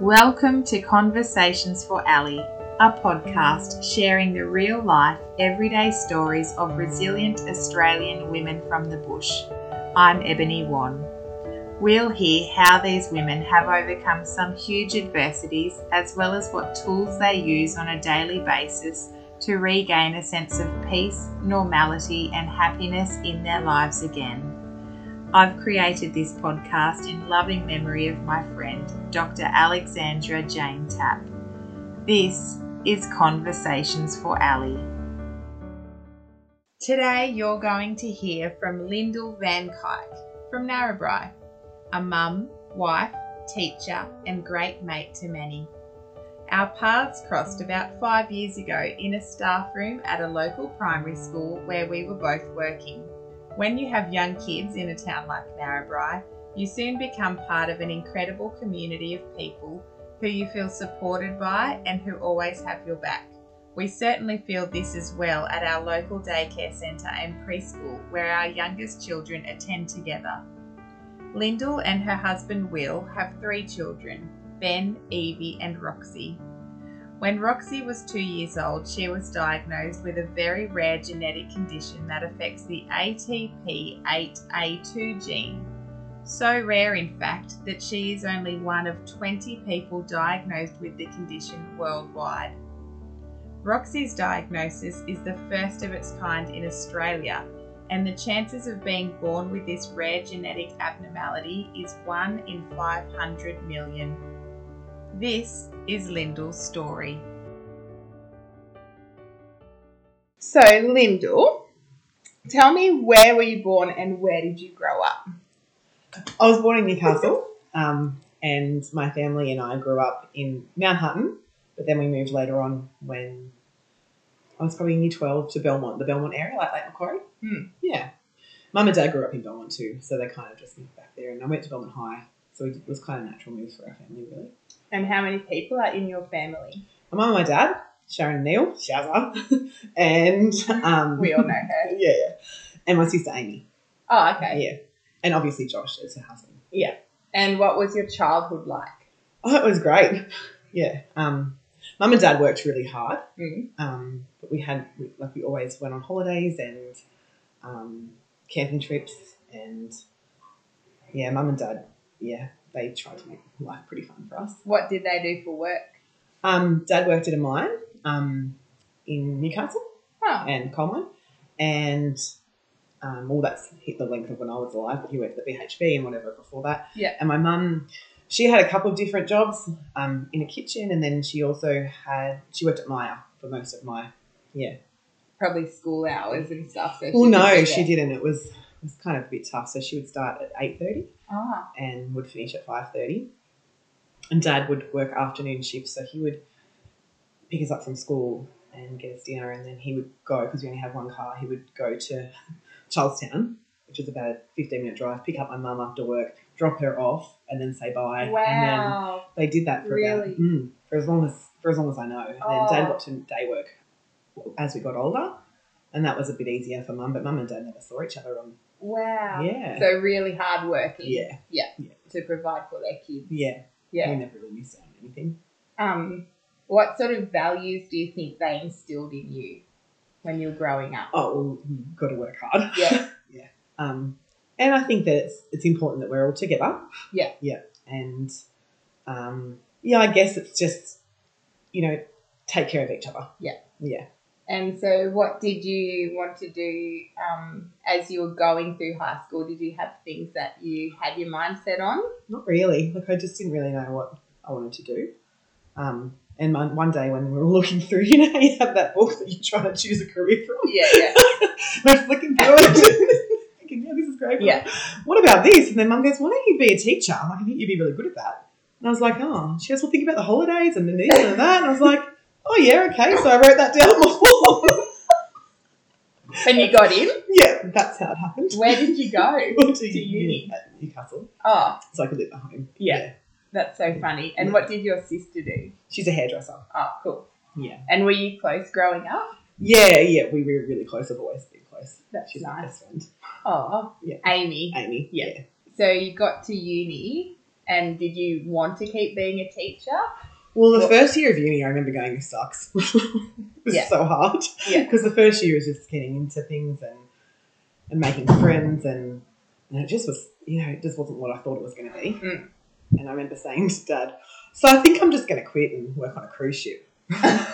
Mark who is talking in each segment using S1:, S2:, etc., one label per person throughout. S1: Welcome to Conversations for Ali, a podcast sharing the real life, everyday stories of resilient Australian women from the bush. I'm Ebony Wan. We'll hear how these women have overcome some huge adversities as well as what tools they use on a daily basis to regain a sense of peace, normality, and happiness in their lives again. I've created this podcast in loving memory of my friend, Dr. Alexandra Jane Tapp. This is Conversations for Ali. Today, you're going to hear from Lyndall Van Kuyk from Narrabri, a mum, wife, teacher, and great mate to many. Our paths crossed about five years ago in a staff room at a local primary school where we were both working. When you have young kids in a town like Narrabri, you soon become part of an incredible community of people who you feel supported by and who always have your back. We certainly feel this as well at our local daycare centre and preschool where our youngest children attend together. Lyndall and her husband Will have three children Ben, Evie, and Roxy. When Roxy was two years old, she was diagnosed with a very rare genetic condition that affects the ATP8A2 gene. So rare, in fact, that she is only one of 20 people diagnosed with the condition worldwide. Roxy's diagnosis is the first of its kind in Australia, and the chances of being born with this rare genetic abnormality is 1 in 500 million. This is Lyndall's story. So, Lyndall, tell me where were you born and where did you grow up?
S2: I was born in Newcastle, um, and my family and I grew up in Mount Hutton, but then we moved later on when I was probably in year 12 to Belmont, the Belmont area, like Lake Macquarie.
S1: Hmm.
S2: Yeah. Mum and dad grew up in Belmont too, so they kind of just moved back there, and I went to Belmont High, so it was kind of a natural move for our family, really.
S1: And how many people are in your family?
S2: My mum and my dad, Sharon and Neil, Shazza, and um,
S1: We all know her.
S2: yeah, yeah, and my sister Amy,
S1: Oh, okay.
S2: yeah, and obviously Josh is her husband.
S1: And what was your childhood like?
S2: Oh, it was great. Yeah. Um, mum and dad worked really hard.
S1: Mm.
S2: Um, but we had we, like we always went on holidays and um, camping trips and yeah, mum and dad. Yeah, they tried to make life pretty fun for us.
S1: What did they do for work?
S2: Um, dad worked at a mine um, in Newcastle
S1: Oh,
S2: and coal mine, and um, well, that's hit the length of when I was alive. But he worked at the BHP and whatever before that.
S1: Yeah.
S2: And my mum, she had a couple of different jobs um, in a kitchen, and then she also had she worked at Myer for most of my yeah.
S1: probably school hours and stuff. So
S2: Well,
S1: she
S2: no,
S1: did
S2: she didn't. It was it was kind of a bit tough. So she would start at eight thirty
S1: Ah,
S2: and would finish at five thirty. And Dad would work afternoon shifts, so he would pick us up from school and get us dinner, and then he would go because we only had one car. He would go to Charlestown, which is about a fifteen minute drive, pick up my mum after work, drop her off, and then say bye. And then
S1: wow.
S2: they did that for
S1: Really?
S2: about, mm, for as long as for as long as I know. And
S1: Oh.
S2: then Dad got to day work as we got older, and that was a bit easier for Mum. But Mum and Dad never saw each other. On
S1: Wow.
S2: yeah,
S1: So really hard working
S2: yeah,
S1: to provide for their kids.
S2: yeah,
S1: Yeah.
S2: We never really missed out on anything.
S1: Um, what sort of values do you think they instilled in you when you were growing up?
S2: Oh, well, you've got to work hard.
S1: Yeah.
S2: Um, and I think that it's it's important that we're all together.
S1: Yeah.
S2: yeah, and um, yeah, I guess it's just you know take care of each other.
S1: Yeah.
S2: yeah.
S1: And so, what did you want to do um, as you were going through high school? Did you have things that you had your mind set on?
S2: Not really. Like I just didn't really know what I wanted to do. Um, and my, one day when we were looking through, you know, how you have that book that you're trying to choose a career from.
S1: Yeah, yeah.
S2: We're flicking through it, thinking, yeah, this is great.
S1: Yeah.
S2: What about this? And then Mum goes, "Why don't you be a teacher? Like, I think you'd be really good at that." And I was like, "Oh." She goes, "Well, think about the holidays and the this and that." And I was like, "Oh yeah, okay." So I wrote that down on my wall.
S1: And you got in.
S2: yeah, that's how it happened.
S1: Where did you go?
S2: Went to
S1: to uni?
S2: uni at Newcastle,
S1: Oh,
S2: so I could live at home.
S1: Yeah. that's so funny. And what did your sister do?
S2: She's a hairdresser.
S1: Oh, cool.
S2: Yeah.
S1: And were you close growing up?
S2: Yeah, yeah, we were really close. I've always been close.
S1: That's
S2: She's my
S1: nice.
S2: best friend,
S1: Oh,
S2: Yeah.
S1: Amy.
S2: Amy.
S1: Yeah. So you got to uni. And did you want to keep being a teacher?
S2: Well, the
S1: What-
S2: first year of uni, I remember going, this sucks. it's
S1: Yeah.
S2: so hard.
S1: Yeah.
S2: Because the first year is just getting into things and, and making friends, and, and it just was, you know, it just wasn't what I thought it was going to be.
S1: Mm.
S2: And I remember saying to dad, so I think I'm just going to quit and work on a cruise ship. And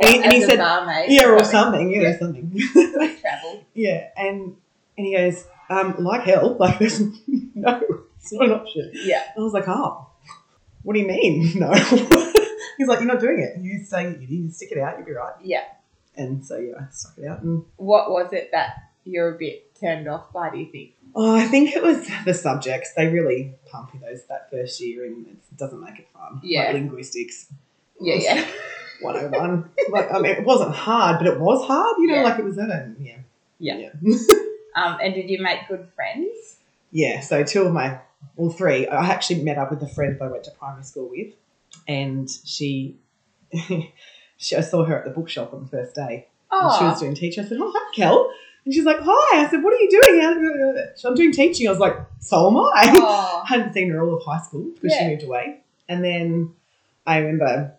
S2: he- and
S1: As
S2: he
S1: a
S2: said,
S1: barmaid
S2: yeah, or
S1: probably
S2: something. Yeah,
S1: Yeah.
S2: something.
S1: travel.
S2: yeah. And, and he goes, um, like hell. Like, there's no, it's not an option.
S1: Yeah.
S2: I was like, oh, what do you mean? No. He's like, you're not doing it. You stay at uni, you stick it out, you'll be right.
S1: Yeah.
S2: And so, yeah, I stuck it out. And
S1: What was it that you're a bit turned off by, do you think?
S2: oh, I think it was the subjects. They really pump you those that first year and it doesn't make it fun.
S1: Yeah.
S2: Like linguistics.
S1: Yeah,
S2: was
S1: yeah.
S2: 101. like, I mean, it wasn't hard, but it was hard, you know,
S1: Yeah.
S2: like it was, I don't, yeah.
S1: Yeah.
S2: Yeah.
S1: Um, and did you make good friends?
S2: yeah, so two of my, well, three, I actually met up with a friend that I went to primary school with, and she, she I saw her at the bookshop on the first day. And she was
S1: Oh,
S2: doing teaching. I said, "Oh, hi, Kel," and she's like, "Hi." I said, "What are you doing?" She's like, I'm doing teaching. I was like, "So am I."
S1: oh,
S2: I hadn't seen her all of high school because
S1: Yeah.
S2: she moved away, and then I remember I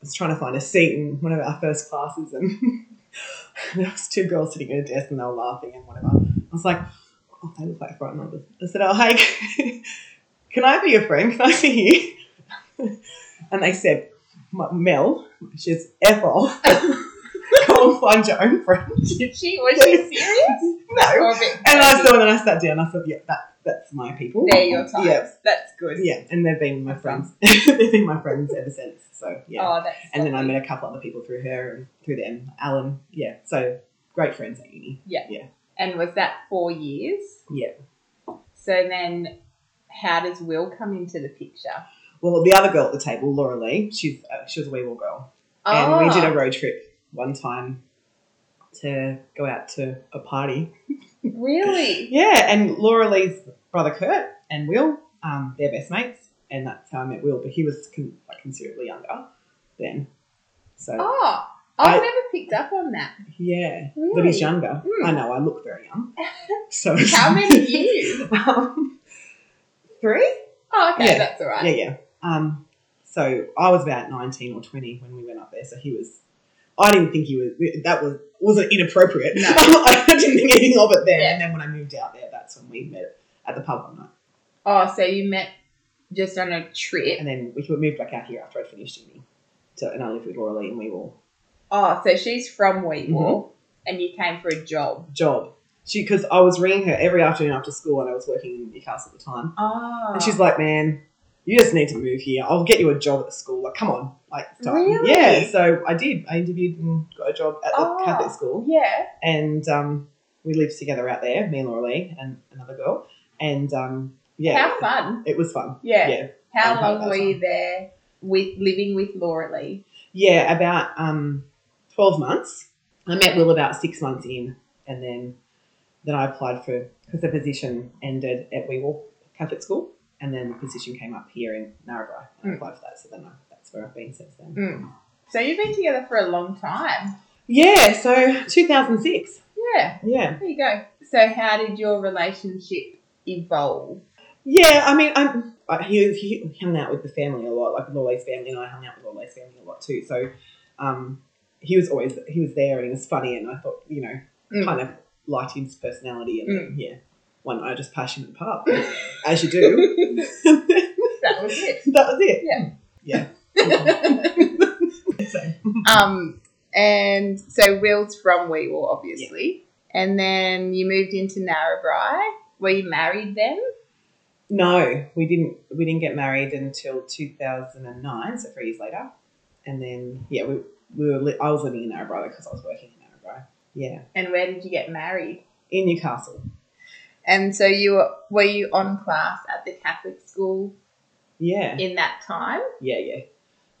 S2: was trying to find a seat in one of our first classes, and there was two girls sitting at a desk, and they were laughing and whatever. I was like, "Oh, they look like bright numbers." I said, "Oh, hey, can I be your friend? Can I be you?" and they said, "M- "Mel, she's f off." Go and find your own friend.
S1: did she? Was she serious?
S2: No,
S1: Or a bit
S2: and I
S1: crazy?
S2: saw them and I sat down. I thought, yeah, that, that's my people.
S1: They're your types.
S2: Yeah,
S1: That's good.
S2: yeah, and they've been my friends. they've been my friends ever since. So yeah.
S1: Oh, that's
S2: and then I
S1: lovely.
S2: met a couple other people through her and through them. Alan, yeah. So great friends at uni.
S1: And was that four years?
S2: Yeah.
S1: So then, how does Will come into the picture?
S2: Well, the other girl at the table, Laura Lee, she's uh, she was a wee Will girl, and we did
S1: Oh.
S2: a road trip one time to go out to a party.
S1: really.
S2: Yeah, and Laura Lee's brother Kurt and Will, um, they're best mates, and that's how I met Will. But he was con- like considerably younger then, so
S1: Oh, I've
S2: I-
S1: never picked up on that.
S2: yeah.
S1: Really?
S2: But he's younger.
S1: Hmm.
S2: I know, I look very young. So
S1: How many years?
S2: um, three?
S1: Oh, okay,
S2: Yeah.
S1: that's all right.
S2: Yeah, yeah. Um, so I was about nineteen or twenty when we went up there. So he was. I didn't think he was. That was wasn't inappropriate.
S1: No.
S2: I didn't think anything of it then.
S1: Yeah.
S2: And then when I moved out there, that's when we met at the pub one night.
S1: Oh, so you met just on a trip.
S2: And then we moved back out here after I'd finished uni. So and I lived with Laura Lee and we were
S1: Oh, so she's from Wheatwall,
S2: Mm-hmm.
S1: and you came for a job.
S2: job. She because I was ringing her every afternoon after school and I was working in Newcastle at the time.
S1: Oh,
S2: And Ah. she's like, man, you just need to move here. I'll get you a job at the school. Like, come on. Like, it's time.
S1: Really?
S2: Yeah. So I did. I interviewed and got a job at the
S1: Oh.
S2: Catholic school.
S1: yeah.
S2: And um, we lived together out there, me and Laura Lee and another girl. And um, yeah,
S1: How fun.
S2: it was fun.
S1: Yeah.
S2: Yeah.
S1: How
S2: Fun part
S1: long
S2: of that
S1: were you there with living with Laura Lee?
S2: Yeah, about um, 12 months. I met Will about six months in. And then then I applied for, because the position ended at Weewell Catholic School. And then the position came up here in Narrabri. And I
S1: Mm.
S2: applied for that. So then I, that's where I've been since then.
S1: Mm. So you've been together for a long time.
S2: Yeah, so 2006.
S1: Yeah.
S2: Yeah.
S1: There you go. So how did your relationship evolve?
S2: Yeah, I mean, I'm, I, he, he hung out with the family a lot, like with Lawley's family, and I hung out with Lawley's family a lot too. So um, he was always, he was there and he was funny, and I thought, you know,
S1: Mm.
S2: kind of liked his personality. And yeah, one night I just passionate pub, as you do.
S1: That was it.
S2: that was it.
S1: Yeah.
S2: Yeah.
S1: Um, and so Will's from Weewall, obviously. And then you moved into Narrabri. Were you married then?
S2: No, we didn't. We didn't get married until two thousand and nine, so three years later. And then yeah, we, we were. Li- I was living in Narrabri because I was working in Narrabri. Yeah,
S1: And where did you get married?
S2: in Newcastle.
S1: And so you were, were you on class at the Catholic school
S2: Yeah,
S1: in that time?
S2: yeah, yeah.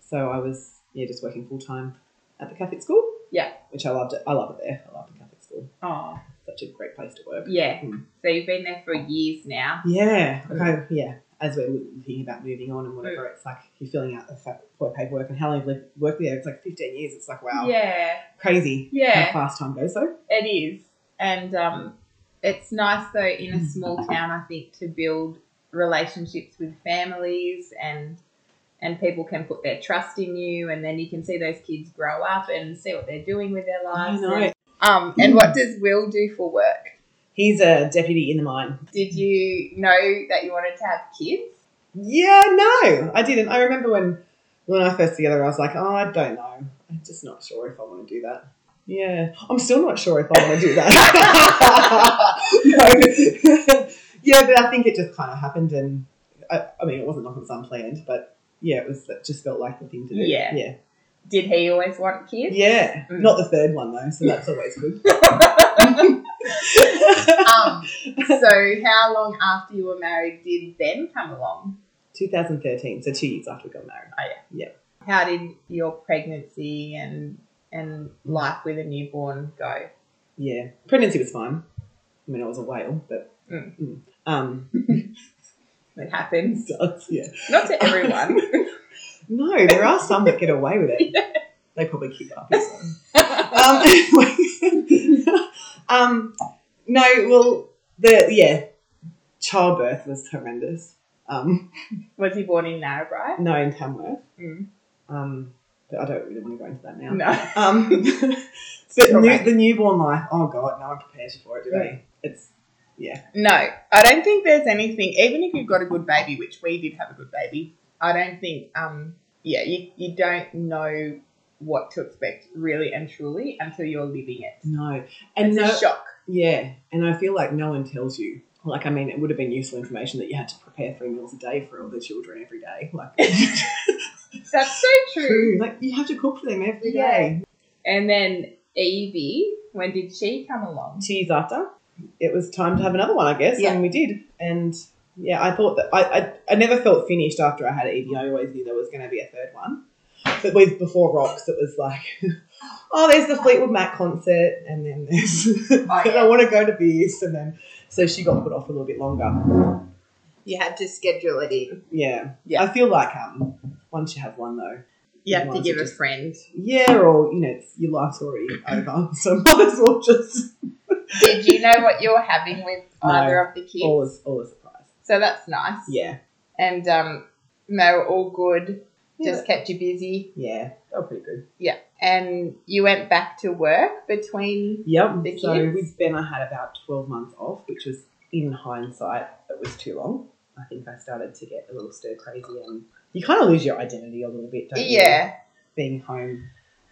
S2: So I was yeah just working full time at the Catholic school.
S1: Yeah.
S2: which I loved. It. I love it there. I love the Catholic school.
S1: Oh,
S2: Such a great place to work.
S1: yeah.
S2: Mm.
S1: So you've been there for years now.
S2: Yeah. Okay. Yeah. As we're thinking about moving on and whatever, it's like you're filling out the fa- paperwork and how long you've lived, worked there. It's like 15 years. It's like, wow,
S1: Yeah,
S2: crazy how
S1: yeah,
S2: fast time goes, though.
S1: it is. And um, it's nice though in a small town, I think, to build relationships with families and and people can put their trust in you and then you can see those kids grow up and see what they're doing with their
S2: I
S1: lives.
S2: know.
S1: And, um, and what does Will do for work?
S2: He's a deputy in the mine.
S1: Did you know that you wanted to have kids?
S2: Yeah, no, I didn't. I remember when when I first together, I was like, oh, I don't know. I'm just not sure if I want to do that. Yeah, I'm still not sure if I want to do that. No. yeah, but I think it just kind of happened, and I, I mean, it wasn't like it was unplanned, but yeah, it was it just felt like the thing to do.
S1: Yeah.
S2: yeah,
S1: Did he always want kids?
S2: yeah.
S1: Mm.
S2: Not the third one though, so that's always good.
S1: um, so how long after you were married did Ben come along?
S2: 2013, so two years after we got married.
S1: How did your pregnancy and and life with a newborn go?
S2: Yeah, pregnancy was fine. I mean, I was a whale, but
S1: Mm.
S2: Mm. um,
S1: It happens.
S2: so, yeah.
S1: Not to everyone.
S2: No, there are some that get away with it. They probably keep up. Um, um, no, well, the yeah, childbirth was horrendous. Um,
S1: Was he born in Narrabri?
S2: no, in Tamworth.
S1: Mm.
S2: Um, but I don't really want to go into that now.
S1: No.
S2: Um, but new,
S1: Traumatic.
S2: the newborn life. Oh God, no one prepares you for it, do
S1: Mm.
S2: they? It's
S1: No, I don't think there's anything, even if you've got a good baby, which we did have a good baby, I don't think, um, yeah, you, you don't know what to expect really and truly until you're living it.
S2: no,
S1: And
S2: and
S1: it's
S2: no,
S1: a shock.
S2: Yeah, and I feel like no one tells you. Like, I mean, it would have been useful information that you had to prepare three meals a day for all the children every day. Like,
S1: That's so true.
S2: like you have to cook for them every
S1: Yeah.
S2: day.
S1: And then Evie, when did she come along?
S2: Two years after, it was time to have another one, I guess,
S1: Yeah.
S2: and we did. And yeah, I thought that I, I, I never felt finished after I had Evie. I always knew there was going to be a third one. But with Before Rocks, it was like, oh, there's the Fleetwood Mac concert, and then there's, and
S1: Oh, yeah.
S2: I want to go to this, and then, so she got put off a little bit longer.
S1: You had to schedule it in.
S2: Yeah.
S1: Yeah.
S2: I feel like um once you have one though,
S1: You have to
S2: Otherwise
S1: give
S2: it
S1: a
S2: just-
S1: friend.
S2: yeah, or you know, it's, your life's already over, so might as well just
S1: Did you know what you were having with
S2: No.
S1: either of the kids?
S2: always always surprise.
S1: So that's nice.
S2: Yeah,
S1: And um, they were all good,
S2: Yeah.
S1: just kept you busy.
S2: yeah, they're pretty good.
S1: and you went back to work between
S2: Yep.
S1: The
S2: so
S1: kids?
S2: with Ben, I had about twelve months off, which was in hindsight, it was too long. I think I started to get a little stir crazy, and you kind of lose your identity a little bit, don't you?
S1: yeah
S2: being home.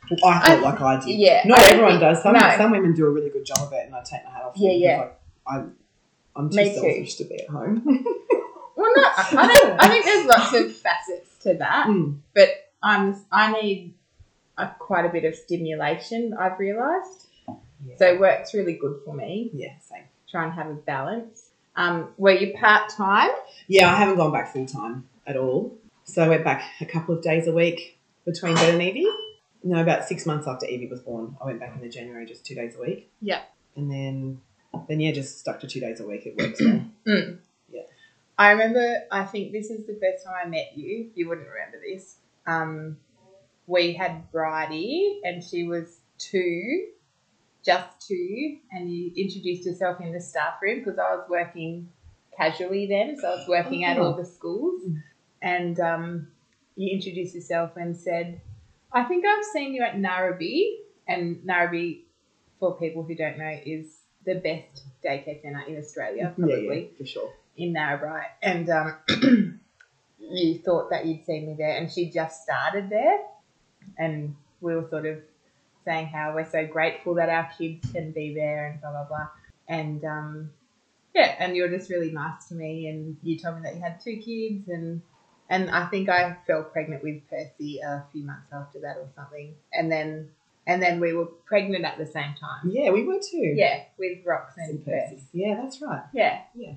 S2: Well, I felt
S1: I-
S2: like I did.
S1: yeah
S2: Not
S1: I don't
S2: everyone
S1: think-
S2: does. Some
S1: no.
S2: some women do a really good job of it, and I take my hat off. to
S1: Yeah,
S2: them
S1: yeah.
S2: because, like, I'm I'm too
S1: Me too.
S2: selfish to be at home.
S1: well no I I don't I think there's lots of facets to that
S2: Mm.
S1: but I'm I need a, quite a bit of stimulation I've realized
S2: yeah.
S1: so work's really good for me
S2: yeah, same.
S1: try and have a balance um were you part time
S2: Yeah, I haven't gone back full time at all. So I went back a couple of days a week between Ben and Evie. No, about six months after Evie was born, I went back in the January, just two days a week.
S1: Yeah.
S2: And then, then yeah, just stuck to two days a week. It works well.
S1: Mm.
S2: Yeah.
S1: I remember, I think this is the first time I met you. You wouldn't remember this. Um, we had Bridie, and she was two, just two, and you introduced yourself in the staff room because I was working casually then, so I was working at
S2: Oh.
S1: all the schools. And um, you introduced yourself and said, I think I've seen you at Narrabee, and Narrabee, for people who don't know, is the best daycare centre in Australia,
S2: Yeah,
S1: probably
S2: yeah, for sure.
S1: in Narrabri, and um, you thought that you'd seen me there, and she just started there, and we were sort of saying how we're so grateful that our kids can be there, and blah blah blah, and um, yeah, and you were just really nice to me, and you told me that you had two kids, and and I think I fell pregnant with Percy a few months after that or something, and then and then we were pregnant at the same time,
S2: Yeah, we were too.
S1: yeah, with Rox
S2: In
S1: and Percy.
S2: person. Yeah, that's right.
S1: Yeah.
S2: Yeah.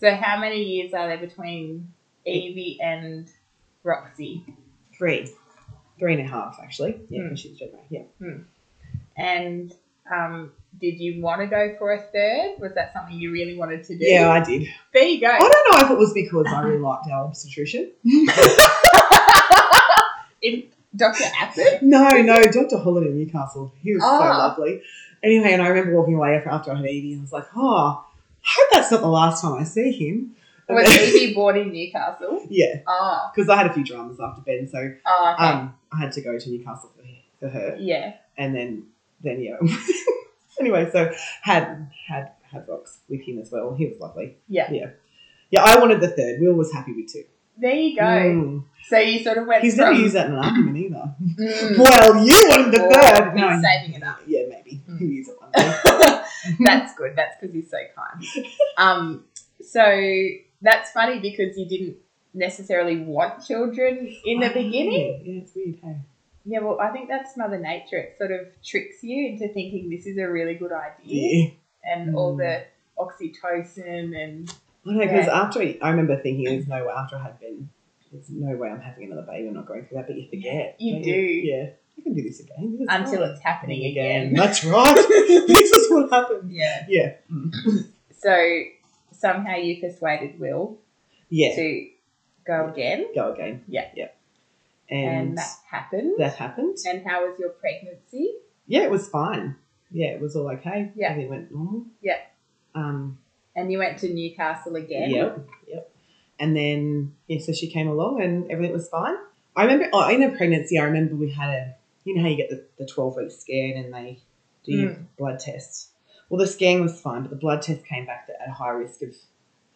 S1: So how many years are there between Evie and Roxy?
S2: Three. Three and a half, actually. Yeah,
S1: Hmm.
S2: because she's Gemini. Yeah.
S1: And um, did you want to go for a third? Was that something you really wanted to do?
S2: Yeah, I did.
S1: There you
S2: I
S1: go.
S2: don't know if it was because I really liked our obstetrician.
S1: In Dr. Appen?
S2: No, no, Dr. Holland in Newcastle. He was so
S1: Ah.
S2: lovely. Anyway, and I remember walking away after after I had Evie and I was like, oh, I hope that's not the last time I see him.
S1: Was Evie born in Newcastle?
S2: yeah,
S1: Oh,
S2: because I had a few dramas after Ben, so
S1: oh okay.
S2: um, I had to go to Newcastle for, for her,
S1: yeah.
S2: and then then yeah. anyway, so had had had Rox with him as well. He was lovely.
S1: Yeah.
S2: yeah, yeah. I wanted the third. Will was happy with two.
S1: There you go.
S2: Mm.
S1: So you sort of went
S2: He's
S1: from,
S2: never used that in an argument either.
S1: Mm.
S2: Well, you wanted the
S1: Or
S2: third.
S1: he's
S2: No,
S1: saving it up.
S2: Yeah, maybe
S1: Mm.
S2: he'll use it one day.
S1: that's good. That's because he's so kind. Um, so that's funny because you didn't necessarily want children in the
S2: Oh,
S1: beginning.
S2: Yeah, yeah, it's weird. Hey.
S1: Yeah, well, I think that's Mother Nature. It sort of tricks you into thinking this is a really good idea,
S2: Yeah.
S1: and all the oxytocin and
S2: I know because
S1: Yeah.
S2: after I, I remember thinking, there's no way after I had been, there's no way I'm having another baby. I'm not going through that, but you forget.
S1: You
S2: don't
S1: do.
S2: Yeah, I can do this again. This is
S1: until
S2: fine.
S1: it's happening again.
S2: That's right. this is what happened.
S1: yeah.
S2: Yeah.
S1: So somehow you persuaded Will
S2: Yeah.
S1: to go again,
S2: Go again.
S1: Yeah.
S2: Yeah.
S1: and,
S2: And
S1: that happened.
S2: that happened.
S1: and how was your pregnancy?
S2: Yeah, it was fine. Yeah, it was all okay.
S1: Yeah.
S2: Everything went normal.
S1: Yeah.
S2: Um.
S1: And you went to Newcastle again.
S2: Yep. Yep. And then yeah, so she came along and everything was fine. I remember oh, in her pregnancy, I remember we had a you know how you get the, the twelve week scan and they do your
S1: Mm.
S2: blood test. Well, the scan was fine, but the blood test came back that at high risk of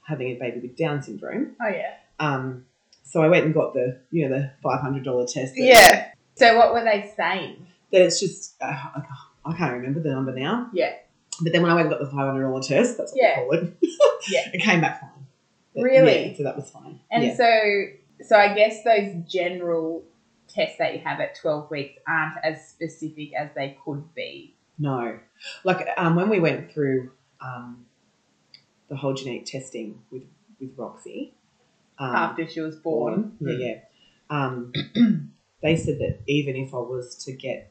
S2: having a baby with Down syndrome.
S1: Oh yeah.
S2: Um, so I went and got the you know the five hundred dollar test. that-
S1: Yeah. So what were they saying?
S2: That it's just uh, I I can't remember the number now.
S1: Yeah.
S2: But then when I went and got the five hundred dollar test, that's what
S1: Yeah.
S2: they call it.
S1: Yeah.
S2: It came back fine. But,
S1: Really?
S2: yeah, so that was fine.
S1: And
S2: yeah.
S1: so so I guess those general tests that you have at 12 weeks aren't as specific as they could be.
S2: No. Like um, when we went through um, the whole genetic testing with, with Roxy um,
S1: After she was born. Hmm.
S2: born, Hmm. yeah, yeah. Um, they said that even if I was to get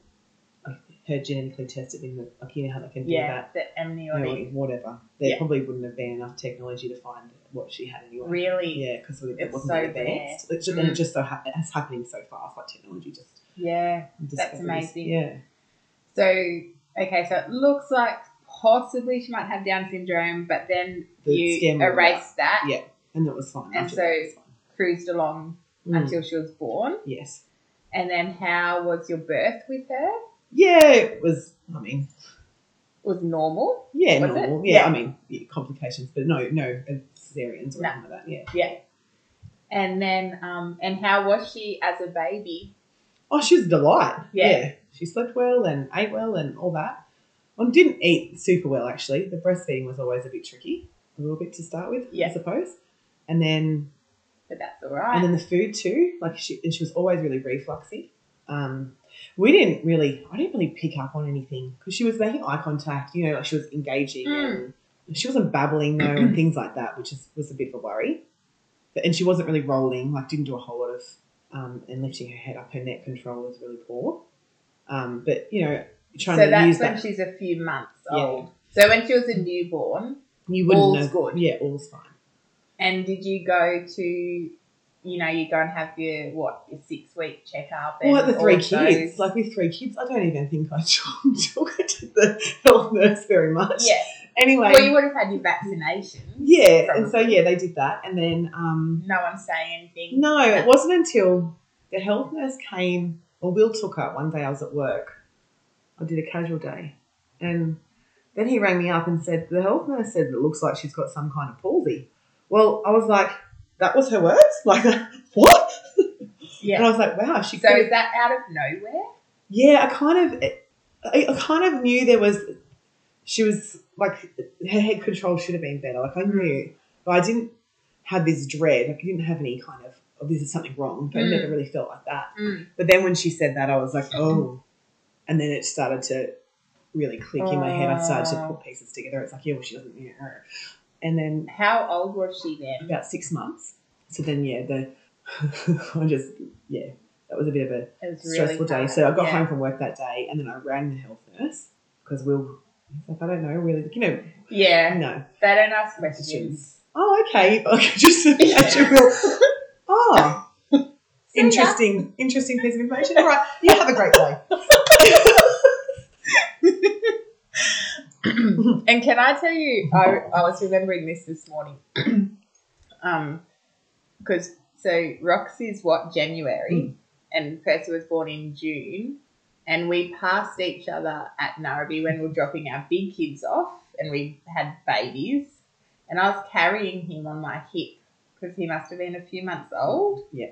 S2: like, her genetically tested in the like you know how they can do
S1: Yeah,
S2: that,
S1: the
S2: you know,
S1: amniotic.
S2: whatever, there
S1: Yeah.
S2: probably wouldn't have been enough technology to find what she had anyway.
S1: Really?
S2: Yeah, because it
S1: It's
S2: wasn't
S1: so
S2: advanced. It just,
S1: Mm.
S2: it just so ha- it's happening so fast, like technology just.
S1: Yeah.
S2: discovers-
S1: amazing.
S2: Yeah.
S1: So, okay, so it looks like possibly she might have Down syndrome, but then
S2: The
S1: you
S2: skin will
S1: erased that,
S2: Yeah. And it was fine.
S1: And
S2: after that, it was fine.
S1: cruised along
S2: Mm.
S1: until she was born.
S2: Yes.
S1: And then how was your birth with her?
S2: Yeah, it was. I mean,
S1: Was normal?
S2: yeah,
S1: Was it?
S2: normal. Yeah,
S1: Yeah.
S2: I mean, yeah, complications, but no, no uh, cesareans or
S1: No.
S2: anything like that. Yeah.
S1: And then, um, and how was she as a baby?
S2: Oh, she was a delight.
S1: Yeah.
S2: she slept well and ate well and all that. Well, didn't eat super well actually. The breastfeeding was always a bit tricky, a little bit to start with,
S1: Yeah.
S2: I suppose. And then,
S1: But that's all right.
S2: and then the food too. Like she, and she was always really refluxy. Um, we didn't really, I didn't really pick up on anything because she was making eye contact. You know, like she was engaging
S1: Mm.
S2: and she wasn't babbling though and things like that, which is, was a bit of a worry. But, and she wasn't really rolling, like didn't do a whole lot of um, and lifting her head up. Her neck control was really poor. Um, but you know, trying
S1: so
S2: to
S1: that's
S2: use
S1: when
S2: that,
S1: she's a few months
S2: Yeah.
S1: old. So when she was a newborn,
S2: you wouldn't
S1: all's
S2: know.
S1: good.
S2: Yeah, all's fine.
S1: and did you go to, you know, you go and have your what your six week checkup?
S2: Well,
S1: and
S2: like the three
S1: all of
S2: kids,
S1: those?
S2: like with three kids, I don't even think I talked to the health nurse very much.
S1: yeah.
S2: Anyway,
S1: well, you would have had your vaccination.
S2: yeah, and so
S1: Probably.
S2: yeah, they did that, and then um,
S1: No one's saying anything.
S2: No, it wasn't until the health nurse came, or Will took her one day. I was at work. I did a casual day. And then he rang me up and said, The health nurse said it looks like she's got some kind of palsy. Well, I was like, That was her words? Like, what? And I
S1: Yeah.
S2: was like, Wow, she
S1: So
S2: could
S1: is that out of nowhere?
S2: yeah, I kind of, I, I kind of knew there was. She was like her head control should have been better. Like I knew, but I didn't have this dread. Like I didn't have any kind of oh, this is something wrong. But I
S1: Mm.
S2: never really felt like that.
S1: Mm.
S2: But then when she said that, I was like, oh, and then it started to really click in my head. I started to
S1: Oh.
S2: put pieces together. It's like yeah, well she doesn't. Yeah. uh. And then
S1: How old was she then?
S2: about six months. So then yeah, the I just yeah, that was a bit of a
S1: It was really
S2: stressful day.
S1: hard.
S2: So I got
S1: Yeah.
S2: home from work that day, and then I rang the health nurse because Will. He's like, I don't know, really. You know,
S1: Yeah.
S2: no.
S1: They don't ask questions.
S2: Oh, okay. I could just imagine Will. Oh,
S1: See ya.
S2: interesting, interesting piece of information. All right, you have a great day.
S1: And can I tell you, I, I was remembering this this morning. Um, because so Roxy's what January,
S2: Mm.
S1: and Percy was born in June, and we passed each other at Narrabee when we were dropping our big kids off, and we had babies, and I was carrying him on my hip because he must have been a few months old.
S2: Yeah.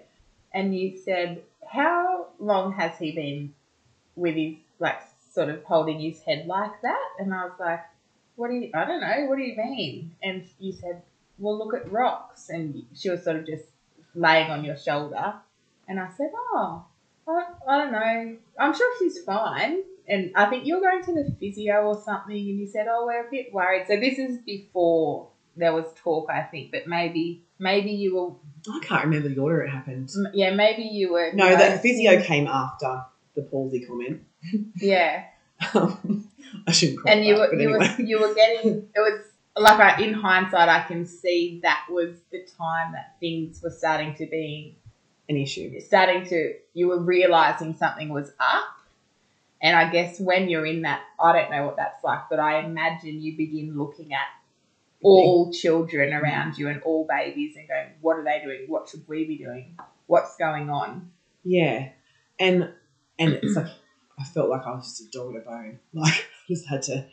S1: And you said, how long has he been with his like sort of holding his head like that? And I was like, what do you? I don't know. What do you mean? And you said, well, look at rocks. And she was sort of just laying on your shoulder. And I said, oh, I, I don't know. I'm sure she's fine. And I think you're going to the physio or something. And you said, oh, we're a bit worried. So this is before there was talk, I think. But maybe, maybe you were
S2: I can't remember the order it happened.
S1: M- Yeah, maybe you were.
S2: No, the
S1: noticing-
S2: physio came after the palsy comment.
S1: Yeah,
S2: I shouldn't cry.
S1: and you were
S2: but
S1: you
S2: anyway.
S1: were you were getting. It was like I, in hindsight, I can see that was the time that things were starting to be
S2: an issue.
S1: starting to. You were realizing something was up, and I guess when you're in that, I don't know what that's like, but I imagine you begin looking at all children around you and all babies and going, what are they doing? What should we be doing? What's going on?
S2: Yeah, and and it's like I felt like I was just a dog at a bone. Like I just had to,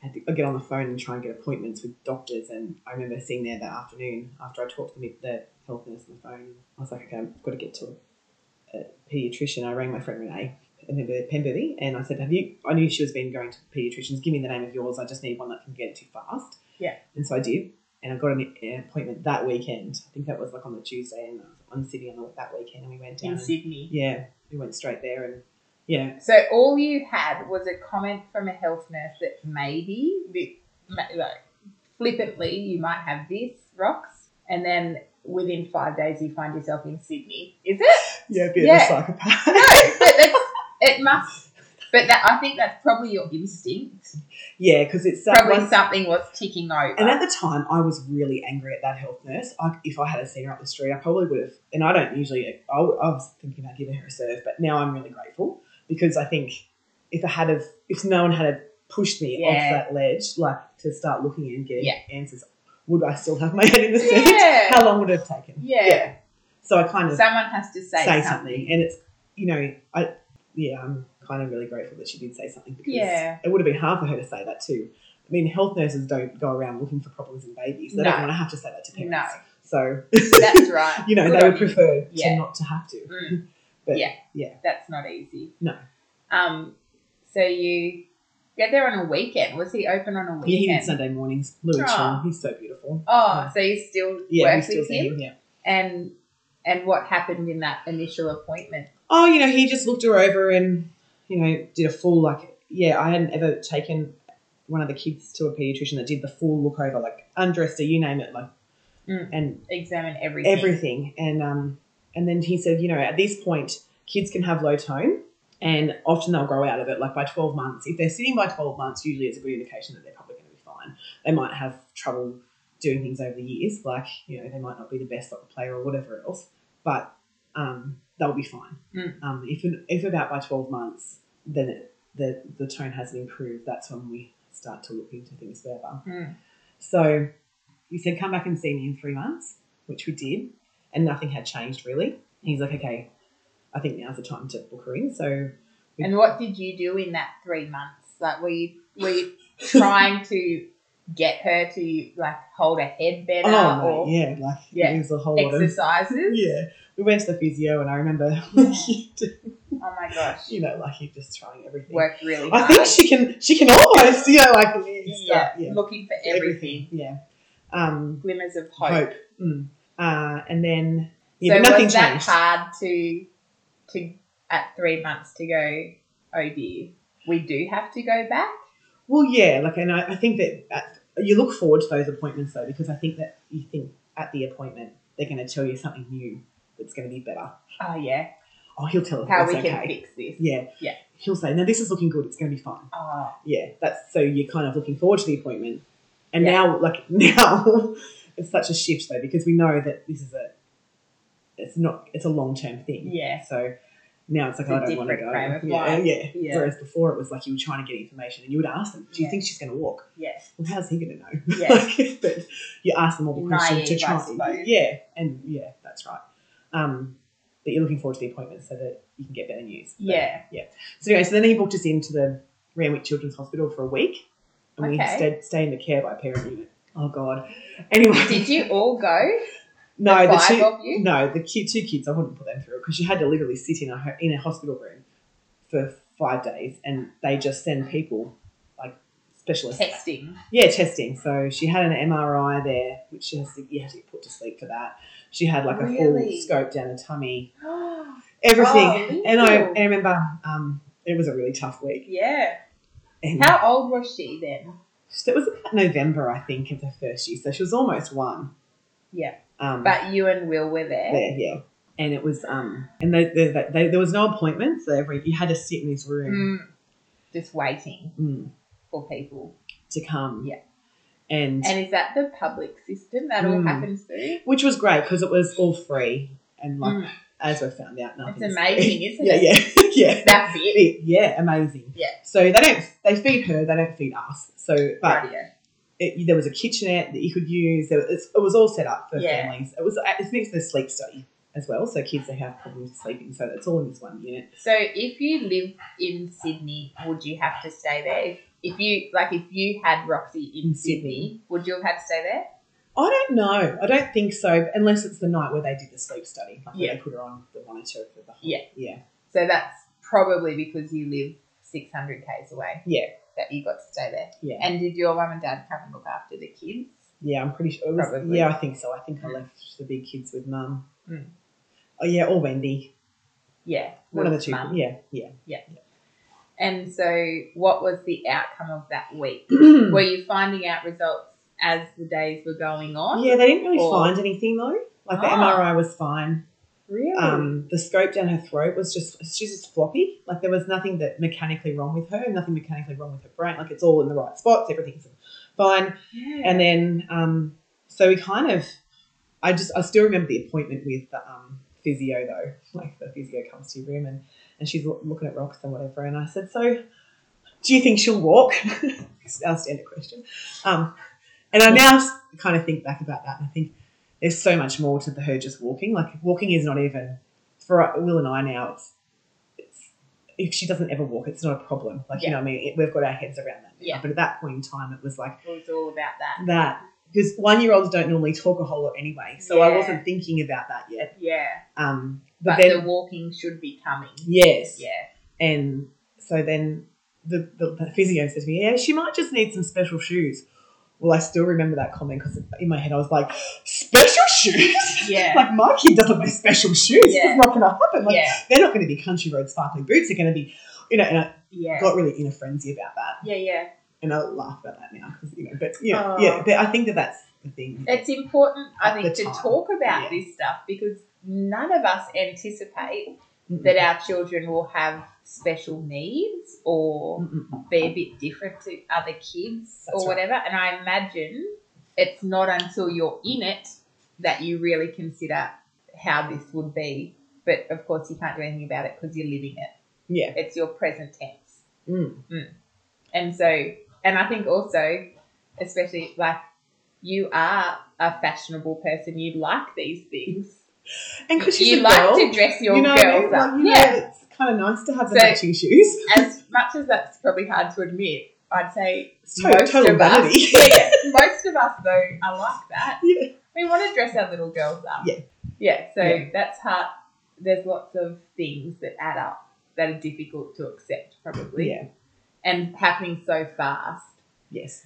S2: had to I'd get on the phone and try and get appointments with doctors. And I remember sitting there that afternoon after I talked to the, the health nurse on the phone. I was like, okay, I've got to get to a, a pediatrician. I rang my friend Renee. And Pemberley, and I said, "Have you?" I knew she was been going to pediatricians. Give me the name of yours. I just need one that can get it to you fast.
S1: Yeah.
S2: And so I did, and I got an, an appointment that weekend. I think that was like on the Tuesday, and I was on Sydney on the, that weekend, and we went down.
S1: In
S2: and-
S1: Sydney.
S2: yeah, we went straight there and yeah,
S1: So all you had was a comment from a health nurse that maybe, that- ma- like, flippantly, you might have this rocks, and then within five days you find yourself in Sydney. Is it?
S2: yeah, a bit of
S1: Yeah.
S2: a psychopath.
S1: No, but that's, it must. But that, I think that's probably your instinct.
S2: yeah, because it's that
S1: Probably
S2: one-
S1: something was ticking over.
S2: And at the time, I was really angry at that health nurse. I, if I had seen her up the street, I probably would have. And I don't usually. I, w- I was thinking about giving her a serve, but now I'm really grateful because I think if I had, have, if no one had have pushed me
S1: Yeah.
S2: off that ledge, like to start looking and getting
S1: Yeah.
S2: answers, would I still have my head in the sand?
S1: Yeah.
S2: How long would it have taken?
S1: Yeah.
S2: So I kind of
S1: Someone has to say,
S2: say, something. and it's you know I yeah I'm kind of really grateful that she did say something because
S1: Yeah.
S2: it would have been hard for her to say that too. I mean, health nurses don't go around looking for problems in babies. They
S1: No.
S2: don't want to have to say that to
S1: No,
S2: parents. So
S1: that's right.
S2: you know
S1: Good
S2: they
S1: on
S2: would prefer
S1: Yeah.
S2: to not to have to.
S1: Mm.
S2: But-
S1: yeah,
S2: yeah.
S1: that's not easy.
S2: No.
S1: Um, so you get there on a weekend. Was he open on a
S2: Yeah, he did
S1: weekend?
S2: Sunday mornings. Louis
S1: Aw.
S2: Chong, he's so beautiful.
S1: oh,
S2: Yeah.
S1: so you still
S2: Yeah, we
S1: Oh. work
S2: still
S1: with
S2: see
S1: him?
S2: him. Yeah.
S1: and and what happened in that initial appointment?
S2: oh, you know, he just looked her over and, you know, did a full, like, yeah, I hadn't ever taken one of the kids to a pediatrician that did the full look over, like, undressed her, you name it, like,
S1: Mm.
S2: and
S1: Examine everything.
S2: everything. And, um, and then he said, you know, at this point, kids can have low tone and often they'll grow out of it, like, by 12 months. If they're sitting by 12 months, usually it's a good indication that they're probably going to be fine. They might have trouble doing things over the years, like, you know, they might not be the best soccer player or whatever else, but um, they'll be fine.
S1: Mm.
S2: Um, if, if about by 12 months, then it, the, the tone hasn't improved, that's when we start to look into things further.
S1: Mm.
S2: So he said, come back and see me in three months, which we did, and nothing had changed really. And he's like, okay, I think now's the time to book her in. So
S1: And what did you do in that three months? Like, were you were you trying to get her to like hold her head better
S2: Oh,
S1: or
S2: mate, yeah, like
S1: Yeah.
S2: it was a whole lot of
S1: exercises?
S2: yeah. We went to the physio, and I remember
S1: Oh my gosh,
S2: you know, like you're just trying everything.
S1: worked really hard.
S2: I think she can, she can almost, you know, like
S1: yeah,
S2: start, yeah,
S1: looking for everything.
S2: yeah. Um,
S1: Glimmers of hope.
S2: hope, Mm. uh, and then yeah,
S1: so
S2: but nothing
S1: was that
S2: changed.
S1: hard to to at three months to go? Oh dear, we do have to go back.
S2: Well, yeah, like, and I, I think that at, you look forward to those appointments though, because I think that you think at the appointment they're going to tell you something new that's going to be better.
S1: Oh yeah,
S2: Oh, he'll tell us
S1: how
S2: that's
S1: we
S2: okay.
S1: can fix this.
S2: Yeah,
S1: Yeah.
S2: He'll say, "No, this is looking good. It's going to be fine."
S1: Oh,
S2: yeah, that's so you're kind of looking forward to the appointment. And
S1: Yeah.
S2: now, like now, it's such a shift though because we know that this is a, it's not, it's a long term thing.
S1: Yeah.
S2: So now it's like
S1: It's a
S2: I don't want to
S1: different
S2: go.
S1: frame of
S2: yeah,
S1: life.
S2: yeah.
S1: Yeah.
S2: Whereas before it was like you were trying to get information and you would ask them, "Do you
S1: Yeah.
S2: think she's going to walk?"
S1: yes,
S2: Well, how's he going to know?
S1: yes.
S2: Like, but you ask them all the questions to
S1: Naive, I
S2: try.
S1: suppose.
S2: Yeah, and yeah, that's right. Um, but you're looking forward to the appointment so that you can get better news. But-
S1: Yeah.
S2: So anyway, so then he booked us into the Ramwick Children's Hospital for a week, and we
S1: Okay.
S2: stayed, stayed in the care by parent unit. Oh God. Anyway,
S1: Did you all go?
S2: no,
S1: the
S2: the,
S1: five
S2: two,
S1: of you?
S2: no, the ki- two kids. I wouldn't put them through because you had to literally sit in a ho- in a hospital room for five days, and they just send people like specialists.
S1: Texting.
S2: Yeah, testing. So she had an MRI there, which she has to, you have to get put to sleep for that. She had like a
S1: Really?
S2: full scope down her tummy, everything.
S1: Oh,
S2: and I,
S1: Lindu.
S2: and I remember um, it was a really tough week.
S1: yeah.
S2: And
S1: How old was she then?
S2: So it was about November, I think, of the first year. So she was almost one.
S1: Yeah.
S2: Um,
S1: But you and Will were there.
S2: there, yeah. And it was, um, and they, they, they, they, there was no appointment, so every you had to sit in this room
S1: Mm. Just waiting
S2: mm,
S1: for people.
S2: to come.
S1: Yeah.
S2: And,
S1: And is that the public system that all
S2: Mm.
S1: happens through?
S2: which was great because it was all free, and like
S1: Mm.
S2: as we found out, nothing.
S1: amazing, isn't
S2: yeah,
S1: it?
S2: Yeah, yeah,
S1: That's it.
S2: yeah, yeah, amazing.
S1: Yeah.
S2: So they don't they feed her, they don't feed us. So, but
S1: Rightio.
S2: it, there was a kitchenette that you could use. There was, it was all set up for
S1: Yeah.
S2: families. It was it's next to the sleep study as well, so kids they have problems sleeping, so it's all in this one unit.
S1: So if you live in Sydney, would you have to stay there? If, if you like, if you had Roxy in
S2: In
S1: Sydney,
S2: Sydney.
S1: would you have had to stay there?
S2: I don't know. I don't think so, unless it's the night where they did the sleep study. Like
S1: Yeah.
S2: Where they put her on the monitor for the whole.
S1: Yeah.
S2: Yeah.
S1: So that's probably because you live 600 k's away.
S2: Yeah.
S1: That you got to stay there.
S2: Yeah.
S1: And did your mum and dad come and look after the kids?
S2: Yeah, I'm pretty sure. It was,
S1: Probably.
S2: Yeah, I think so. I think I left the big kids with mum.
S1: Mm.
S2: Oh yeah, or Wendy.
S1: Yeah.
S2: One of the
S1: with
S2: two.
S1: mum.
S2: Yeah, yeah.
S1: And so, what was the outcome of that week?
S2: Hmm.
S1: Were you finding out results as the days were going on?
S2: yeah, they didn't really
S1: Or-
S2: find anything though. Like the
S1: Ah.
S2: MRI was fine.
S1: Really?
S2: um, the scope down her throat was just she's just floppy. Like there was nothing that mechanically wrong with her, nothing mechanically wrong with her brain. Like it's all in the right spots, everything's fine.
S1: yeah.
S2: And then um, so we kind of, I just I still remember the appointment with the um, physio though. Like the physio comes to your room and and she's lo- looking at rocks and whatever, and I said, so do you think she'll walk? It's Our standard question. Um, and I now s- kind of think back about that and I think there's so much more to the her just walking. Like walking is not even for Will and I now. It's, it's if she doesn't ever walk, it's not a problem. Like you know, what I mean, it, we've got our heads around that. now.
S1: Yeah.
S2: But at that point in time, it was like
S1: it was all about that.
S2: that because one year olds don't normally talk a whole lot anyway. So
S1: Yeah.
S2: I wasn't thinking about that yet.
S1: Yeah.
S2: Um,
S1: But,
S2: but,
S1: the
S2: then
S1: walking should be coming.
S2: yes,
S1: Yeah.
S2: and so then the, the, the physio said to me, "Yeah, she might just need some special shoes." Well, I still remember that comment because in my head I was like, "Special shoes?
S1: Yeah.
S2: like my kid doesn't wear special shoes.
S1: Yeah.
S2: It's not going to happen. Like
S1: yeah.
S2: they're not going to be country road sparkly boots. They're going to be, you know." And I
S1: Yeah.
S2: got really in a frenzy about that,
S1: Yeah. Yeah.
S2: and I laugh about that now because you know, but yeah,
S1: Oh.
S2: yeah. But I think that that's the thing.
S1: It's important, I
S2: At
S1: think,
S2: the
S1: to
S2: time.
S1: talk about
S2: Yeah.
S1: this stuff because none of us anticipate
S2: Mm-mm.
S1: that our children will have special needs or
S2: Mm-mm.
S1: be a bit different to other kids
S2: That's
S1: or
S2: right.
S1: whatever. And I imagine it's not until you're in it that you really consider how this would be. But of course, you can't do anything about it because you're living it.
S2: Yeah.
S1: It's your present tense.
S2: Mm.
S1: And so, and I think also, especially like you are a fashionable person, you like these things.
S2: And because she's
S1: you
S2: a
S1: like
S2: girl,
S1: to dress your
S2: you know,
S1: girls
S2: like,
S1: up.
S2: you know,
S1: yeah.
S2: it's kind of nice to have the
S1: So-
S2: matching shoes.
S1: as much as that's probably hard to admit, I'd say
S2: It's to-
S1: most
S2: total
S1: of
S2: vanity.
S1: us, yeah, yeah, most of us though are like that.
S2: Yeah.
S1: We want to dress our little girls up.
S2: Yeah.
S1: yeah. So
S2: Yeah.
S1: that's hard. There's lots of things that add up that are difficult to accept, probably,
S2: Yeah.
S1: and happening so fast.
S2: Yes.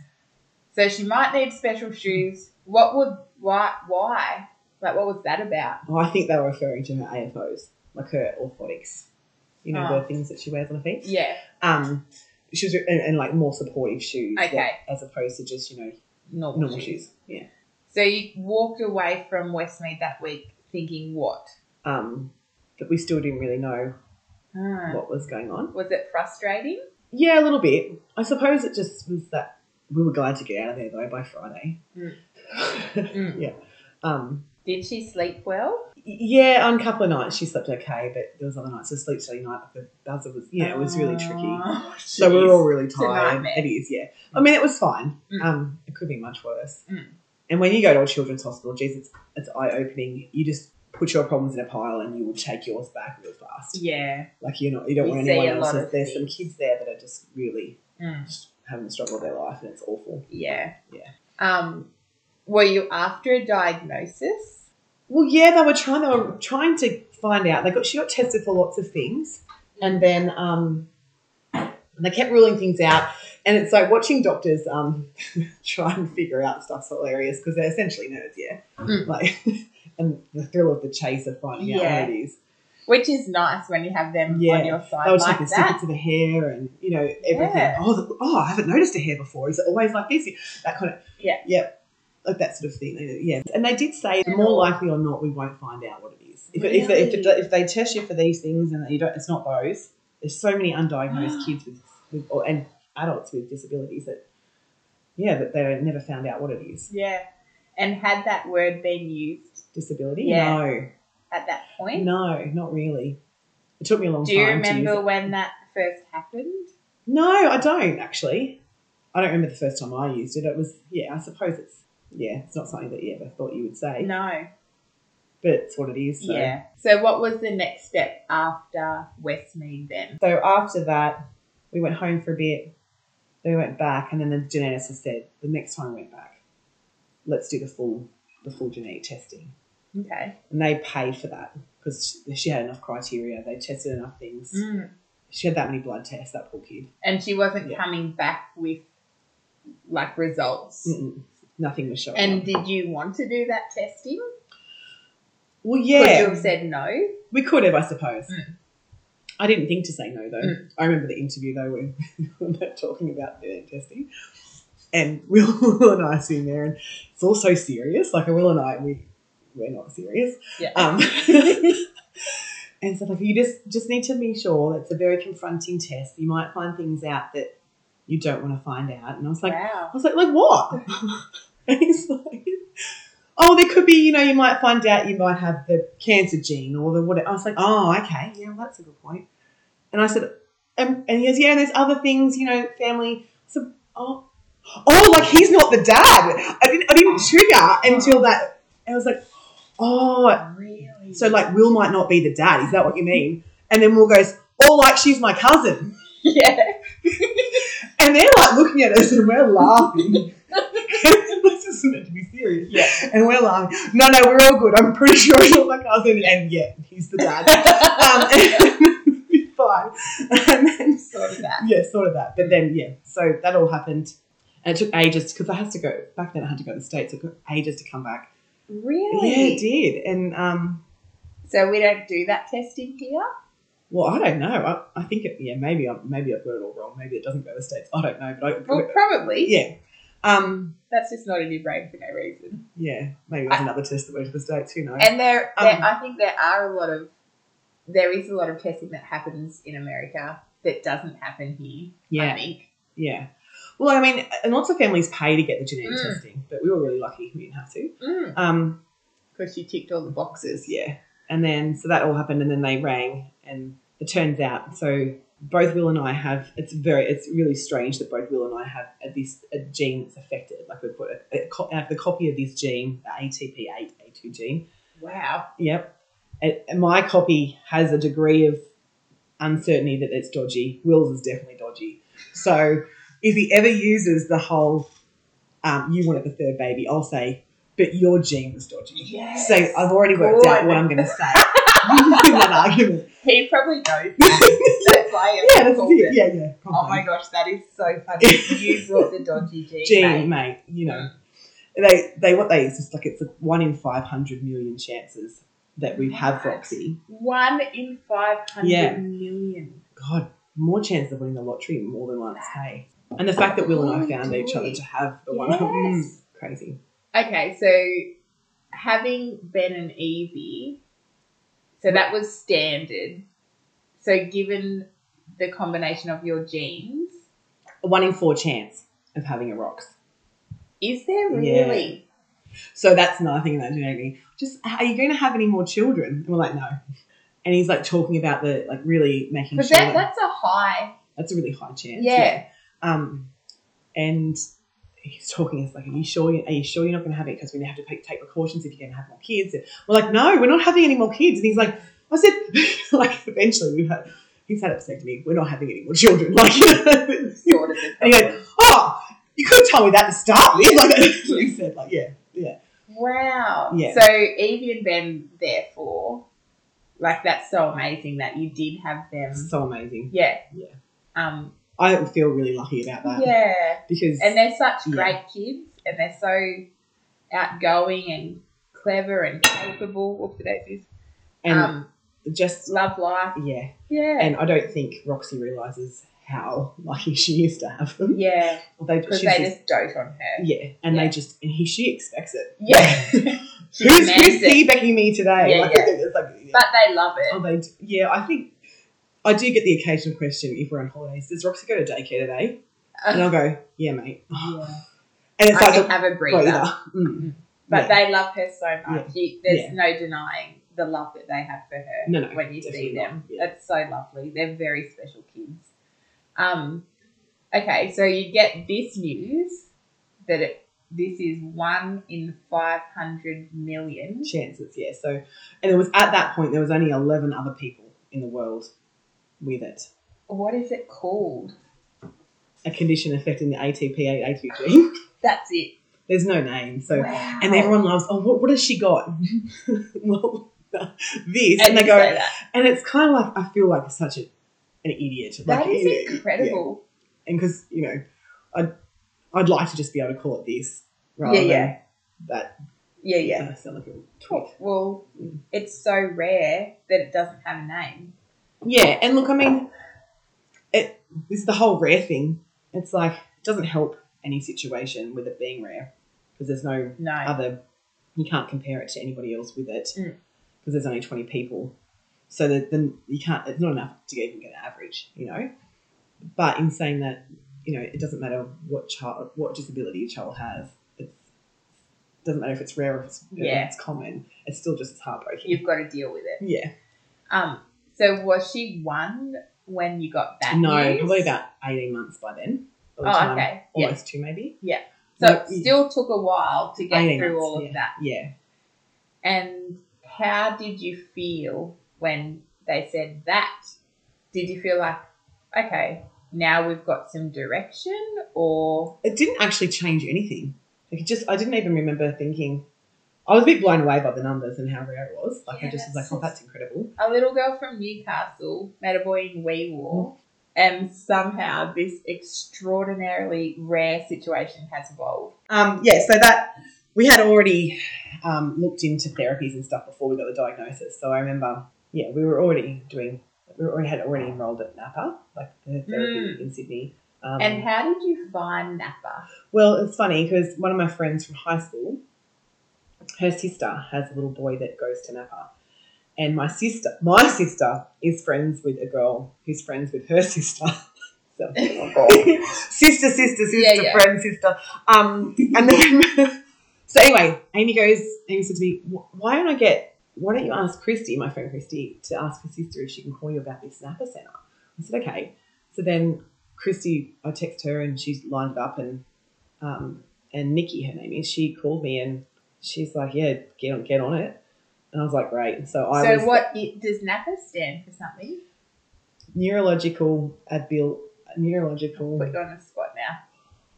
S1: So she might need special shoes. What would why why like what was that about?
S2: Oh, I think they were referring to her AFOs, like her orthotics. You know,
S1: Oh.
S2: the things that she wears on her feet.
S1: Yeah,
S2: Um, she was, and, and like more supportive shoes.
S1: Okay.
S2: like, as opposed to just, you know,
S1: normal,
S2: normal
S1: shoes.
S2: shoes. Yeah.
S1: So you walked away from Westmead that week thinking what?
S2: Um, but we still didn't really know
S1: Hmm.
S2: what was going on.
S1: Was it frustrating?
S2: Yeah, a little bit. I suppose it just was that we were glad to get out of there though by Friday.
S1: Mm.
S2: Mm. um,
S1: Did she sleep well?
S2: Yeah, on a couple of nights she slept okay, but there was other nights, the sleep study night, the buzzer was, yeah, it was really tricky.
S1: Oh,
S2: So we
S1: jeez.
S2: were all really
S1: It's a
S2: tired.
S1: nightmare.
S2: It is, yeah. I mean, it was fine.
S1: Mm.
S2: Um, it could be much worse.
S1: Mm.
S2: And when you go to a children's hospital, geez, it's, it's eye opening. You just put your problems in a pile and you will take yours back real fast.
S1: Yeah.
S2: Like you're not, you don't
S1: We
S2: want
S1: see
S2: anyone
S1: a lot
S2: else's.
S1: of
S2: There's some
S1: things.
S2: kids there that are just really
S1: Mm.
S2: just having the struggle of their life and it's awful.
S1: Yeah.
S2: Yeah.
S1: Um, were you after a diagnosis?
S2: Well, yeah, they were trying. They were trying to find out. They got she got tested for lots of things, and then um, they kept ruling things out. And it's like watching doctors um, try and figure out stuff's hilarious because they're essentially nerds, yeah.
S1: Mm.
S2: Like, and the thrill of the chase of finding
S1: Yeah.
S2: out what it is.
S1: Which is nice when you have them
S2: Yeah.
S1: on your side
S2: They were
S1: like
S2: taking
S1: that.
S2: snippets of the hair and you know everything.
S1: Yeah.
S2: Oh, the, oh, I haven't noticed a hair before. Is it always like this? That kind of
S1: Yeah.
S2: yeah, like that sort of thing. They- Yeah, and they did say more likely or not, we won't find out what it is. If, it- if, they, if, it,
S1: Really?
S2: if they test you for these things and you don't, it's not those. There's so many undiagnosed kids with, with or, and adults with disabilities that yeah, that they never found out what it is.
S1: Yeah. And had that word been used
S2: Disability?
S1: Yeah.
S2: No,
S1: at that point?
S2: no, not really. It took me a long
S1: Do
S2: time.
S1: you
S2: to use
S1: remember
S2: it.
S1: when that first happened?
S2: No, I don't actually. I don't remember the first time I used it. It was yeah, I suppose it's yeah, it's not something that you ever thought you would say,
S1: No.
S2: but it's what it is. So.
S1: Yeah. So what was the next step after Westmead then?
S2: So after that, we went home for a bit. Then we went back, and then the geneticist said the next time we went back, let's do the full the full genetic testing.
S1: Okay.
S2: And they paid for that because she had enough criteria. They tested enough things.
S1: Mm.
S2: She had that many blood tests. That poor kid.
S1: And she wasn't
S2: Yeah.
S1: coming back with like results.
S2: Mm-mm. Nothing was showing.
S1: And
S2: up.
S1: did you want to do that testing?
S2: well,
S1: Could
S2: yeah,
S1: you have said no?
S2: we could have, I suppose.
S1: Mm.
S2: I didn't think to say no though.
S1: Mm.
S2: I remember the interview though when we were talking about the testing, and Will, Will and I sitting there, and it's all so serious. Like Will and I, we we're not serious.
S1: Yeah.
S2: Um, and so like you just just need to be sure that's a very confronting test. You might find things out that you don't want to find out. And I was like,
S1: wow.
S2: I was like, like what? and he's like, oh, there could be, you know, you might find out you might have the cancer gene or the what. I was like, oh, okay, yeah, well, that's a good point. And I said, um, and he goes, yeah, there's other things, you know, family. So, oh, oh, like he's not the dad. I didn't, I didn't trigger until that. I was like, oh,
S1: Really?
S2: so like Will might not be the dad. Is that what you mean? And then Will goes, oh, like she's my cousin.
S1: yeah.
S2: And they're like looking at us and we're laughing. this is meant to be serious.
S1: Yeah.
S2: And we're laughing. No, no, we're all good. I'm pretty sure you're my cousin. And yeah, he's the dad. um, and be fine. And then,
S1: sort of that.
S2: yeah, sort of that. But then, yeah, so that all happened. And it took ages because I had to go back then. I had to go to the states. It took ages to come back. Yeah,
S1: Really?
S2: it did. And um,
S1: so we don't do that testing here?
S2: well, I don't know. I, I think it, yeah, maybe I maybe I've got it all wrong. Maybe it doesn't go to the states. I don't know. But I,
S1: Well, probably.
S2: yeah, um,
S1: That's just not in your brain for no reason.
S2: Yeah, maybe that's another test that went to the states. Who knows?
S1: And there, there
S2: Um,
S1: I think there are a lot of, there is a lot of testing that happens in America that doesn't happen here. I
S2: Yeah.
S1: think.
S2: yeah. Well, I mean, and lots of families pay to get the genetic
S1: Mm.
S2: testing, but we were really lucky we didn't have to.
S1: Mm.
S2: Um,
S1: Because you ticked all the boxes.
S2: yeah. And then so that all happened, and then they rang, and it turns out so both Will and I have. It's very, it's really strange that both Will and I have a, this a gene that's affected. Like we've got a, a, co- I have the copy of this gene, the ATP8A2 gene,
S1: Wow.
S2: Yep. And and my copy has a degree of uncertainty that it's dodgy. Will's is definitely dodgy. So if he ever uses the whole, um, you wanted the third baby, I'll say, but your gene was dodgy.
S1: Yes.
S2: So uh, I've already worked out
S1: Good.
S2: what I'm going to say in that argument.
S1: He probably knows. that. that's why I'm
S2: Yeah, that's
S1: called
S2: it.
S1: it.
S2: Yeah, yeah.
S1: Oh my gosh, that is so funny. you brought the dodgy gene.
S2: gene,
S1: mate. Mm.
S2: mate. You know, they they what they it's just like it's a one in five hundred million chances that we have
S1: Right.
S2: Roxy.
S1: One in five
S2: Yeah.
S1: hundred million.
S2: God, more chance of winning the lottery more than once, hey? And the fact that Will and I found each other to have the one, mm,
S1: Yes.
S2: crazy.
S1: Okay, so having Ben and Evie, so that was standard. So given the combination of your genes,
S2: A one in four chance of having a rocks.
S1: is there
S2: Yeah.
S1: really?
S2: So that's another thing about genetically. Just are you going to have any more children? And we're like, no. And he's like talking about the like really making sure
S1: Because
S2: that,
S1: that, that's a high.
S2: that's a really high chance.
S1: Yeah.
S2: Um, and he's talking. It's like, are you sure? You, are you sure you're not going to have it? Because we have to take, take precautions if you're going to have more kids. And we're like, no, we're not having any more kids. And he's like, I said, like, eventually we had. He's had vasectomy. We're not having any more children. Like, and
S1: Sorted the
S2: he
S1: problem.
S2: goes, oh, you could have told me that to start with. Like, he said, like, yeah, yeah,
S1: Wow.
S2: Yeah.
S1: So Evie and Ben, therefore, like that's so amazing that you did have them.
S2: it's so amazing.
S1: Yeah.
S2: Yeah.
S1: Um.
S2: I feel really lucky about that
S1: Yeah.
S2: because
S1: And they're such
S2: Yeah.
S1: great kids, and they're so outgoing and clever and capable. Whoopsie daisies.
S2: and
S1: um.
S2: just
S1: Love life.
S2: yeah,
S1: Yeah.
S2: and I don't think Roxy realizes how lucky she is to have them.
S1: yeah.
S2: They,
S1: Because
S2: she's
S1: they
S2: just-
S1: just dote on her.
S2: yeah, and
S1: Yeah.
S2: they just and he she expects it.
S1: Yeah. She
S2: who's who's
S1: demands it.
S2: teabagging me today?
S1: Yeah,
S2: like,
S1: yeah.
S2: it's like, yeah.
S1: But they love it.
S2: Oh, they do- yeah, I think I do get the occasional question if we're on holidays. Does Roxy go to daycare today? And I'll go, yeah, mate.
S1: yeah.
S2: And it's
S1: I
S2: like
S1: can
S2: a
S1: have a breather.
S2: breather. Mm.
S1: Mm-hmm. But
S2: Yeah.
S1: they love her so much. You, there's no denying the love that they have for her
S2: No, no,
S1: when you see
S2: definitely
S1: them.
S2: not. Yeah.
S1: That's so lovely. They're very special kids. Um, okay, so you get this news that it, this is one in 500 million.
S2: chances, yeah. So, and it was at that point there was only eleven other people in the world with it.
S1: What is it called?
S2: A condition affecting the ATP8 A2 gene.
S1: That's it.
S2: There's no name, so
S1: wow.
S2: and everyone loves. Oh, what, what has she got? well,
S1: And
S2: this, and they
S1: you
S2: go,
S1: say that.
S2: and it's kind of like I feel like such a, an idiot.
S1: That
S2: like,
S1: is
S2: you-
S1: incredible.
S2: and because you know, I'd I'd like to just be able to call it this rather
S1: Yeah, yeah.
S2: than that.
S1: Yeah, yeah.
S2: I sound like a twit.
S1: Well, it's so rare that it doesn't have a name.
S2: Yeah, and look, I mean, it it's the whole rare thing. It's like it doesn't help any situation with it being rare because there's no
S1: No.
S2: other. You can't compare it to anybody else with it because
S1: Mm.
S2: there's only twenty people. So that then you can't. It's not enough to even get an average, you know. But in saying that, you know, it doesn't matter what child, what disability a child has. It's doesn't matter if it's rare or if it's,
S1: Yeah.
S2: if it's common. It's still just as heartbreaking.
S1: You've got to deal with it.
S2: Yeah.
S1: Um, so was she one when you got that?
S2: No,
S1: news?
S2: probably about 18 months by then. By the
S1: Oh,
S2: time-
S1: okay. Yeah.
S2: Almost two, maybe.
S1: So
S2: No,
S1: it still took a while to get
S2: 18
S1: through
S2: months,
S1: all of
S2: yeah.
S1: that.
S2: Yeah.
S1: And how did you feel when they said that? Did you feel like, okay, now we've got some direction, or
S2: It didn't actually change anything. Like it just, I didn't even remember thinking. I was a bit blown away by the numbers and how rare it was. Like
S1: Yeah,
S2: I just was like,
S1: that's
S2: oh,
S1: just-
S2: that's incredible.
S1: a little girl from Newcastle met a boy in Weewar, and somehow this extraordinarily rare situation has evolved.
S2: Um, yeah, so that we had already um, looked into therapies and stuff before we got the diagnosis. So I remember, yeah, we were already doing, we already had already enrolled at Napa, like the therapy
S1: Mm.
S2: in Sydney. Um,
S1: And how did you find Napa?
S2: Well, it's funny because one of my friends from high school, her sister has a little boy that goes to Napa, and my sister, my sister is friends with a girl who's friends with her sister. So, sister, sister, sister,
S1: Yeah, yeah.
S2: friend, sister. Um, and then, so anyway, Amy goes. Amy said to me, "Wh- "Why don't I get? Why don't you ask Christy, my friend Christy, to ask her sister if she can call you about this Napa Centre?" I said, "Okay." So then Christy, I text her and she's lined it up, and um, and Nikki, her name is, she called me and she's like, "Yeah, get on, get on it." And I was like, "Great." So I
S1: so
S2: was
S1: what i does NAPA stand for something?
S2: neurological abil neurological.
S1: Put you on the spot now.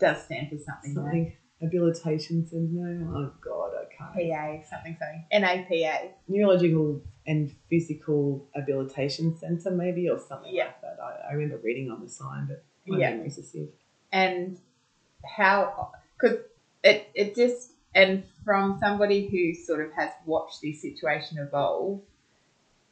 S1: Does stand for something. right?
S2: Mm. something habilitation syndrome. Oh god, I can't.
S1: PA something something. NAPA.
S2: Neurological and physical habilitation center, maybe, or something
S1: Yeah.
S2: like that. I, I remember reading on the sign, but my
S1: Yeah.
S2: memory's just here.
S1: And how because it it just and from somebody who sort of has watched this situation evolve,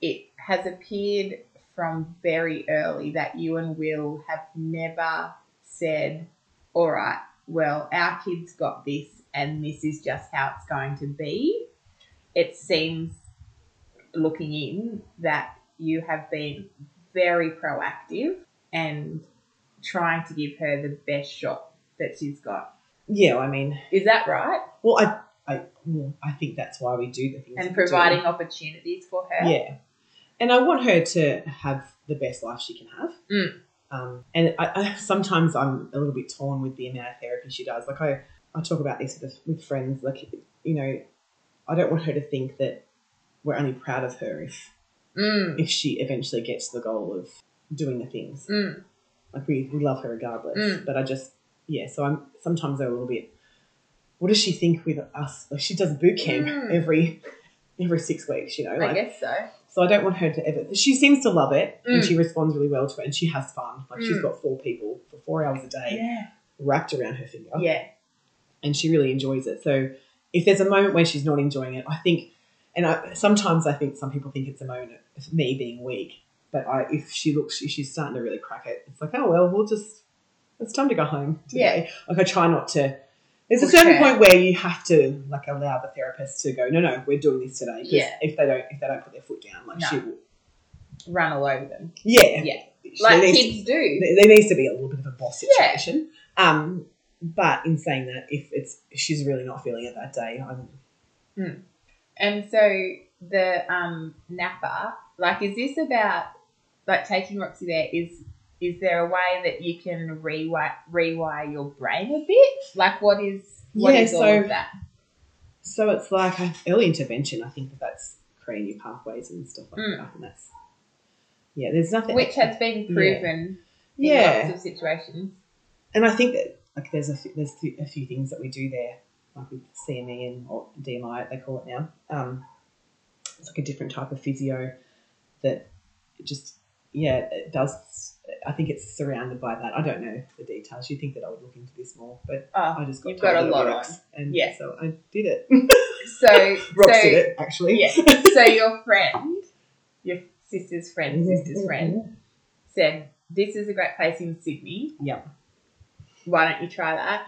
S1: it has appeared from very early that you and Will have never said, All right, well, our kid's got this and this is just how it's going to be. It seems looking in that you have been very proactive and trying to give her the best shot that she's got.
S2: Yeah, I mean,
S1: Is that right?
S2: well, I, I, well, I think that's why we do the things
S1: And
S2: we do.
S1: providing opportunities for her.
S2: Yeah. And I want her to have the best life she can have.
S1: Mm.
S2: Um, and I, I, sometimes I'm a little bit torn with the amount of therapy she does. Like I, I talk about this with, with friends. Like you know, I don't want her to think that we're only proud of her if
S1: Mm.
S2: if she eventually gets to the goal of doing the things.
S1: Mm.
S2: Like we, we love her regardless.
S1: Mm.
S2: But I just yeah. So I'm sometimes I'm a little bit. What does she think with us? Like she does boot camp
S1: Mm.
S2: every every six weeks. You know,
S1: I
S2: like
S1: guess so.
S2: so I don't want her to ever. She seems to love it and
S1: Mm.
S2: she responds really well to it and she has fun. Like she's
S1: Mm.
S2: got four people for four hours a day
S1: Yeah.
S2: wrapped around her finger
S1: Yeah.
S2: and she really enjoys it. So if there's a moment where she's not enjoying it, I think, and I, sometimes I think some people think it's a moment of me being weak, but I, if she looks, if she's starting to really crack it, it's like, oh well, we'll just, it's time to go home. Today. Like I try not to. There's a
S1: Push
S2: certain
S1: her.
S2: point where you have to like allow the therapist to go. No, no, we're doing this today. 'Cause
S1: Yeah.
S2: If they don't, if they don't put their foot down, like
S1: No.
S2: she will.
S1: Run all over them.
S2: Yeah.
S1: Yeah.
S2: She
S1: Like
S2: needs-
S1: kids do.
S2: there there needs to be a little bit of a boss
S1: Yeah.
S2: situation. Um, but in saying that, if it's if she's really not feeling it that day, I'm
S1: And so the um, napper, like, is this about like taking Roxy there? Is is there a way that you can rewire rewire your brain a bit? Like, what is what
S2: Yeah,
S1: is all
S2: so-
S1: of that?
S2: so it's like a, early intervention. I think that that's creating new pathways and stuff like
S1: Mm.
S2: that. And that's yeah, there's nothing
S1: Which has been proven in
S2: yeah,
S1: lots of situations.
S2: and I think that like there's a few, there's th- a few things that we do there, like with CME and or DMI they call it now. Um, it's like a different type of physio that it just yeah it does. I think it's surrounded by that. I don't know the details. You'd think that I would look into this more, but
S1: Oh,
S2: I just got
S1: You've
S2: told
S1: got a
S2: that it
S1: lot
S2: works, and
S1: Yeah.
S2: so I did it.
S1: so
S2: Rob
S1: so
S2: did it actually.
S1: yeah. So your friend, your sister's friend,
S2: Mm-hmm.
S1: sister's friend said, "This is a great place in Sydney.
S2: Yep.
S1: Why don't you try that?"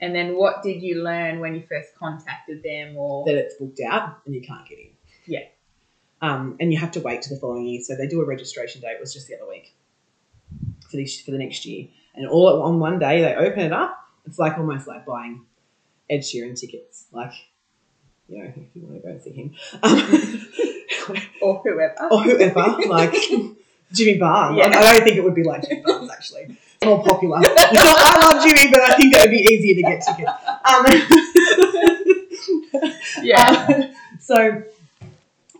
S1: And then, what did you learn when you first contacted them? Or
S2: that it's booked out and you can't get in.
S1: Yeah.
S2: Um, and you have to wait to the following year. So they do a registration date. It was just the other week for this for the next year. And all at on one day they open it up. It's like almost like buying Ed Sheeran tickets. Like, you know, if you want to go and see him, um,
S1: or whoever.
S2: or whoever, like Jimmy Barr. Like,
S1: Yeah.
S2: I don't think it would be like Jimmy Barnes actually. More popular. I love Jimmy, but I think that would be easier to get tickets. Um,
S1: yeah.
S2: Um, so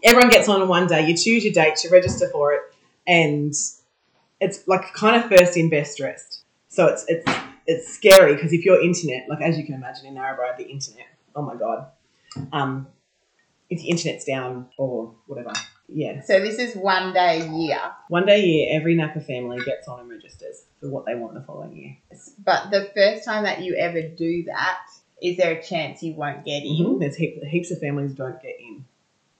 S2: everyone gets on in one day. You choose your date, you register for it, and it's like kind of first in, best dressed. So it's it's it's scary because if your internet, like as you can imagine in Narrabri, the internet, oh my god, um, if the internet's down or whatever, yeah,
S1: so this is one day a year,
S2: one day a year every Napa family gets on and registers for what they want the following year.
S1: but the first time that you ever do that, is there a chance you won't get in?
S2: There's heaps, heaps of families don't get in.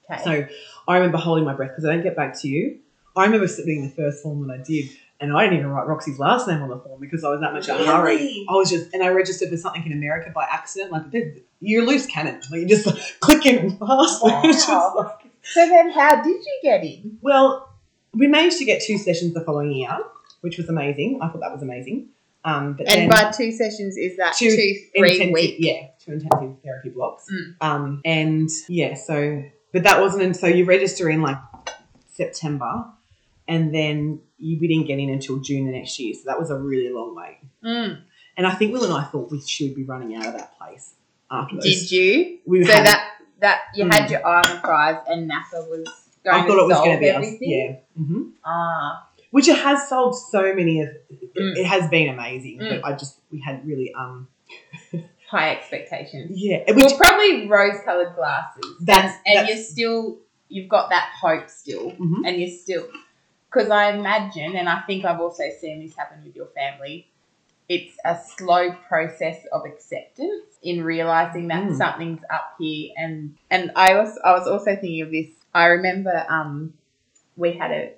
S1: Okay.
S2: So I remember holding my breath because I don't get back to you. I remember submitting the first form that I did, and I didn't even write Roxy's last name on the form because I was that much in a hurry.
S1: Really?
S2: I was just, and I registered for something in America by accident. Like there's- you're a loose cannon, like you just like, click it and pass. Like, it's just
S1: Wow.
S2: like-
S1: So then, how did you get in?
S2: well, we managed to get two sessions the following year, which was amazing. I thought that was amazing. Um, but then,
S1: And by two sessions, is that two,
S2: Two
S1: three
S2: intensive,
S1: weeks?
S2: Yeah, two intensive therapy blocks.
S1: Mm.
S2: Um, and yeah, so but that wasn't. And so you register in like September, and then you, we didn't get in until June the next year. So that was a really long wait.
S1: Mm.
S2: And I think Will and I thought we should be running out of that place after those.
S1: Did you?
S2: we
S1: So
S2: had-
S1: that that you
S2: Mm.
S1: had your eye on the prize, and NASA was going
S2: I thought it was
S1: going
S2: going to be us.
S1: everything.
S2: Yeah. hmm
S1: Ah,
S2: which it has sold so many of it,
S1: Mm.
S2: it has been amazing
S1: Mm.
S2: but i just we had really um
S1: high expectations.
S2: yeah which
S1: Well, probably rose-colored glasses.
S2: that's,
S1: and
S2: that's
S1: you're still you've got that hope still
S2: Mhm.
S1: and you're still because i imagine and i think i've also seen this happen with your family it's a slow process of acceptance in realizing that
S2: Mm.
S1: something's up here and and i was i was also thinking of this i remember um we had a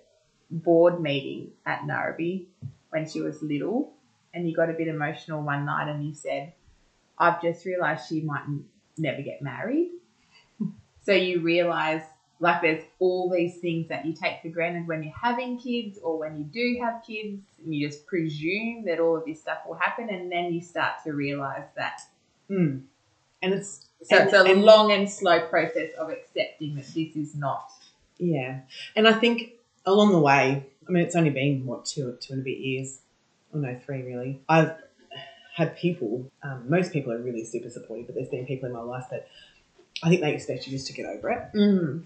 S1: board meeting at Narrabee when she was little, and you got a bit emotional one night and you said, I've just realised she might n- never get married. so you realise, like, there's all these things that you take for granted when you're having kids or when you do have kids, and you just presume that all of this stuff will happen, and then you start to realise that.
S2: mm. and it's
S1: So
S2: And-
S1: it's a
S2: and-
S1: long and slow process of accepting that this is not.
S2: yeah and i think along the way I mean, it's only been what two two and a bit years, or no, three really. I've had people. Um, most people are really super supportive, but there's been people in my life that I think they expect you just to get over it.
S1: Mm.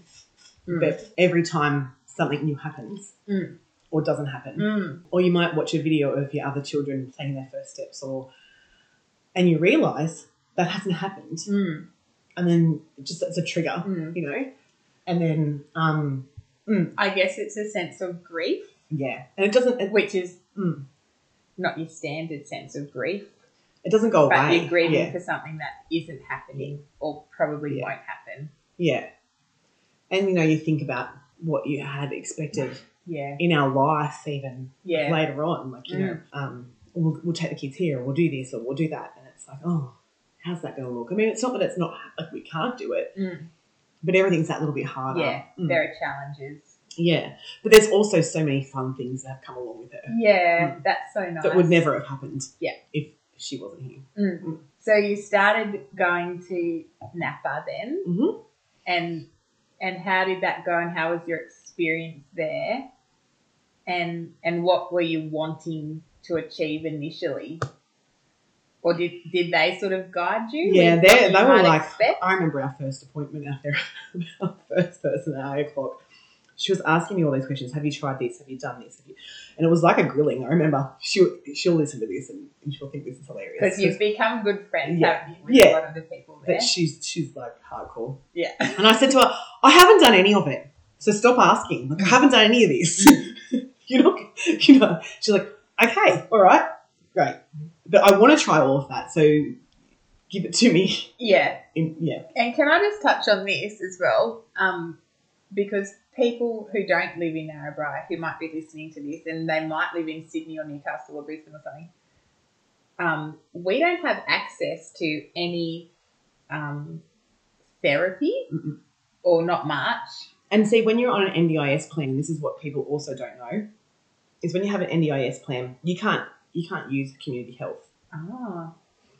S2: But every time something new happens
S1: Mm.
S2: or doesn't happen,
S1: Mm.
S2: or you might watch a video of your other children taking their first steps, or and you realise that hasn't happened,
S1: Mm.
S2: and then it just that's a trigger,
S1: Mm.
S2: you know, and then um,
S1: I guess it's a sense of grief,
S2: yeah, and it doesn't it,
S1: which is
S2: mm,
S1: not your standard sense of grief,
S2: it doesn't go
S1: but
S2: away.
S1: you're grieving
S2: Oh, yeah.
S1: for something that isn't happening or probably
S2: Yeah.
S1: won't happen.
S2: Yeah. And you know, you think about what you had expected
S1: Yeah,
S2: in our life even
S1: yeah, Mm.
S2: later on. Like, you know, um, we'll, we'll take the kids here or we'll do this or we'll do that. And it's like, oh, how's that going to look? I mean, it's not that it's not like we can't do it,
S1: Mm.
S2: but everything's that little bit harder.
S1: yeah.
S2: Mm.
S1: There are challenges.
S2: Yeah. But there's also so many fun things that have come along with her
S1: Yeah, that's so nice.
S2: Hmm. that would never have happened
S1: Yeah.
S2: if she wasn't here.
S1: Mm. So you started going to Napa then,
S2: Mhm.
S1: and and how did that go? And how was your experience there? And and what were you wanting to achieve initially? Or did, did they sort of guide you?
S2: Yeah,
S1: with
S2: they-
S1: what you
S2: they were
S1: might
S2: like-
S1: expect?
S2: I remember our first appointment out there, our first person at eight o'clock. She was asking me all these questions. Have you tried this? Have you done this? Have you? And it was like a grilling. I remember she'll she'll listen to this and, and she'll think this is hilarious.
S1: because you've become good friends,
S2: Yeah.
S1: haven't you, with a
S2: Yeah.
S1: lot of the people there?
S2: but she's she's like hardcore.
S1: Yeah.
S2: And I said to her, I haven't done any of it. So stop asking. Like I haven't done any of this.
S1: Mm.
S2: you know, you know. She's like, okay, all right, great. But I want to try all of that. So give it to me.
S1: yeah.
S2: In, yeah.
S1: And can I just touch on this as well? Um, because people who don't live in Narrabri, who might be listening to this, and they might live in Sydney or Newcastle or Brisbane or something, um, we don't have access to any um, therapy,
S2: Mm-mm.
S1: or not much.
S2: And see, when you're on an NDIS plan, this is what people also don't know, is when you have an NDIS plan, you can't you can't use community health.
S1: Ah,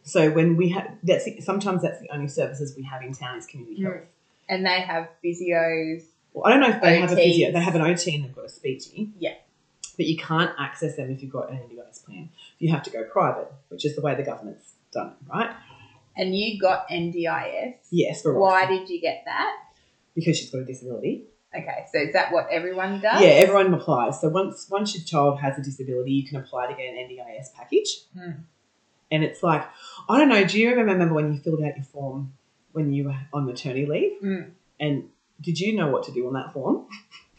S2: So when we have that's the- sometimes that's the only services we have in town is community
S1: Mm.
S2: health.
S1: and they have physios.
S2: Well, I don't know if they have a physio.
S1: OTs.
S2: They have an OT and they've got a speechy.
S1: Yeah.
S2: But you can't access them if you've got an NDIS plan. You have to go private, which is the way the government's done it, right?
S1: And you got NDIS.
S2: Yes, for
S1: Why
S2: Roxy,
S1: did you get that?
S2: Because she's got a disability.
S1: Okay, so is that what everyone does?
S2: Yeah, everyone applies. So once once your child has a disability, you can apply to get an NDIS package.
S1: Hmm.
S2: And it's like, I don't know, do you remember, remember when you filled out your form when you were on maternity leave?
S1: Hmm.
S2: And did you know what to do on that form?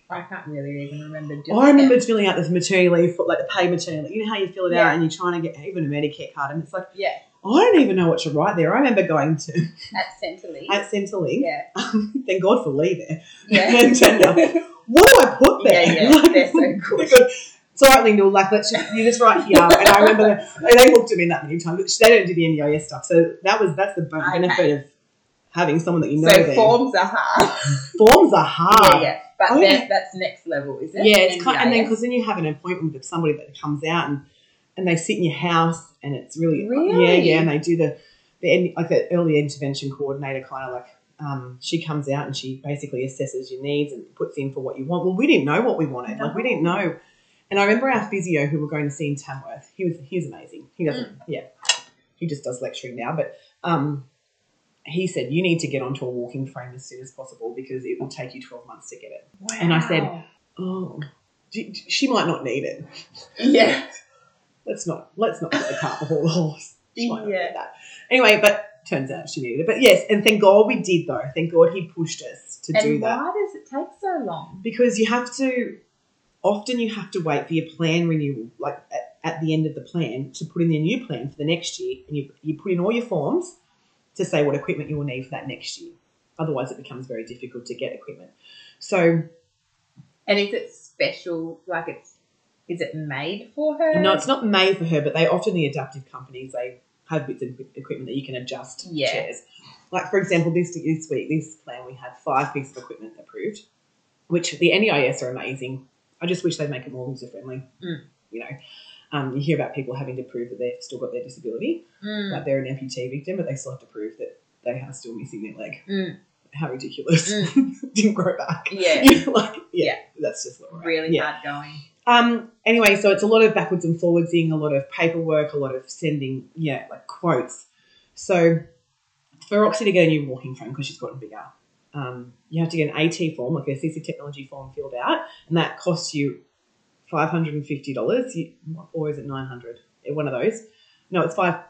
S1: I can't really even remember. doing
S2: I remember
S1: it.
S2: filling out this maternity leave, for, like the paid maternity leave. You know how you fill it
S1: Yeah.
S2: out and you're trying to get even a Medicare card, and it's like,
S1: Yeah,
S2: I don't even know what to write there. I remember going to
S1: at Centrelink.
S2: at Centrelink.
S1: Yeah.
S2: Thank God for Lee there.
S1: Yeah.
S2: And Tender. What do I put there?
S1: Yeah, yeah, they're so
S2: good. It's all right, Lyndall. Like, let's just, you just right here. And I remember that- and they looked at me that many times. They don't do the NDIS stuff, so that was that's the bon-
S1: Okay.
S2: benefit of having someone that you know.
S1: so
S2: there.
S1: forms are hard.
S2: forms are hard.
S1: yeah, yeah. But
S2: Oh,
S1: then
S2: yeah.
S1: that's next level, is it?
S2: Yeah, it's kind, and then
S1: NDIS?
S2: because then you have an appointment with somebody that comes out and and they sit in your house, and it's really,
S1: Really?
S2: yeah, yeah, and they do the the en- like the early intervention coordinator kind of like. Um, she comes out and she basically assesses your needs and puts in for what you want. Well, we didn't know what we wanted. Like we didn't know. And I remember our physio who we were going to see in Tamworth. He was he's amazing. He doesn't
S1: Mm.
S2: yeah. He just does lecturing now, but um, he said you need to get onto a walking frame as soon as possible because it will take you twelve months to get it. and I said,
S1: Wow.
S2: Oh, d- d- she might not need it.
S1: yeah,
S2: Let's not let's not put the cart before the horse. She might not
S1: Yeah.
S2: need that. Anyway, but turns out she needed it. But yes, and thank God we did though. Thank God he pushed us to do
S1: and
S2: that
S1: why does it take so long?
S2: because you have to. Often you have to wait for your plan renewal, like at, at the end of the plan, to put in your new plan for the next year, and you you put in all your forms to say what equipment you will need for that next year. Otherwise, it becomes very difficult to get equipment. So
S1: And is it special? Like it's is it made for her?
S2: No, it's not made for her, but they often the adaptive companies they have bits of equi- equipment that you can adjust
S1: Yeah.
S2: chairs. Like for example, this this week, this plan we had five pieces of equipment approved, which the NEIS are amazing. I just wish they'd make it more user friendly.
S1: Mm.
S2: You know, um, you hear about people having to prove that they've still got their disability,
S1: Mm,
S2: like they're an amputee victim, but they still have to prove that they are still missing their leg.
S1: mm,
S2: How ridiculous! Didn't grow back.
S1: yeah,
S2: like,
S1: Yeah.
S2: yeah, that's just not right.
S1: really
S2: yeah.
S1: hard going.
S2: Um, anyway, so it's a lot of backwards and forwardsing, a lot of paperwork, a lot of sending, yeah, like quotes. So for Roxy to get a new walking frame because she's gotten bigger, um, you have to get an AT form, like a CC technology form filled out, and that costs you $550. You, or is it 900 One of those. No, it's five.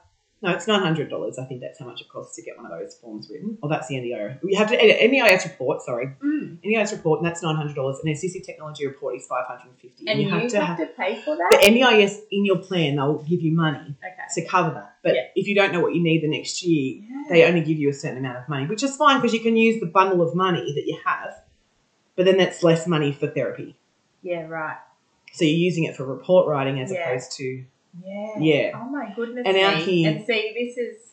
S2: No, it's nine hundred dollars. I think that's how much it costs to get one of those forms written. Or that's the NDIS. You have to NDIS report. Sorry,
S1: Mm.
S2: NDIS report, and that's nine hundred dollars. And SEC technology report is five hundred and fifty.
S1: And you have, to, pay for
S2: the
S1: that?
S2: NDIS in your plan. They'll give you money
S1: Okay.
S2: to cover that. But
S1: Yeah.
S2: if you don't know what you need the next year,
S1: Yeah.
S2: they only give you a certain amount of money, which is fine because you can use the bundle of money that you have. But then that's less money for therapy.
S1: yeah, right.
S2: So you're using it for report writing as
S1: Yeah.
S2: opposed to
S1: Yeah.
S2: Yeah.
S1: Oh my goodness.
S2: And our
S1: me.
S2: key-
S1: And see, this is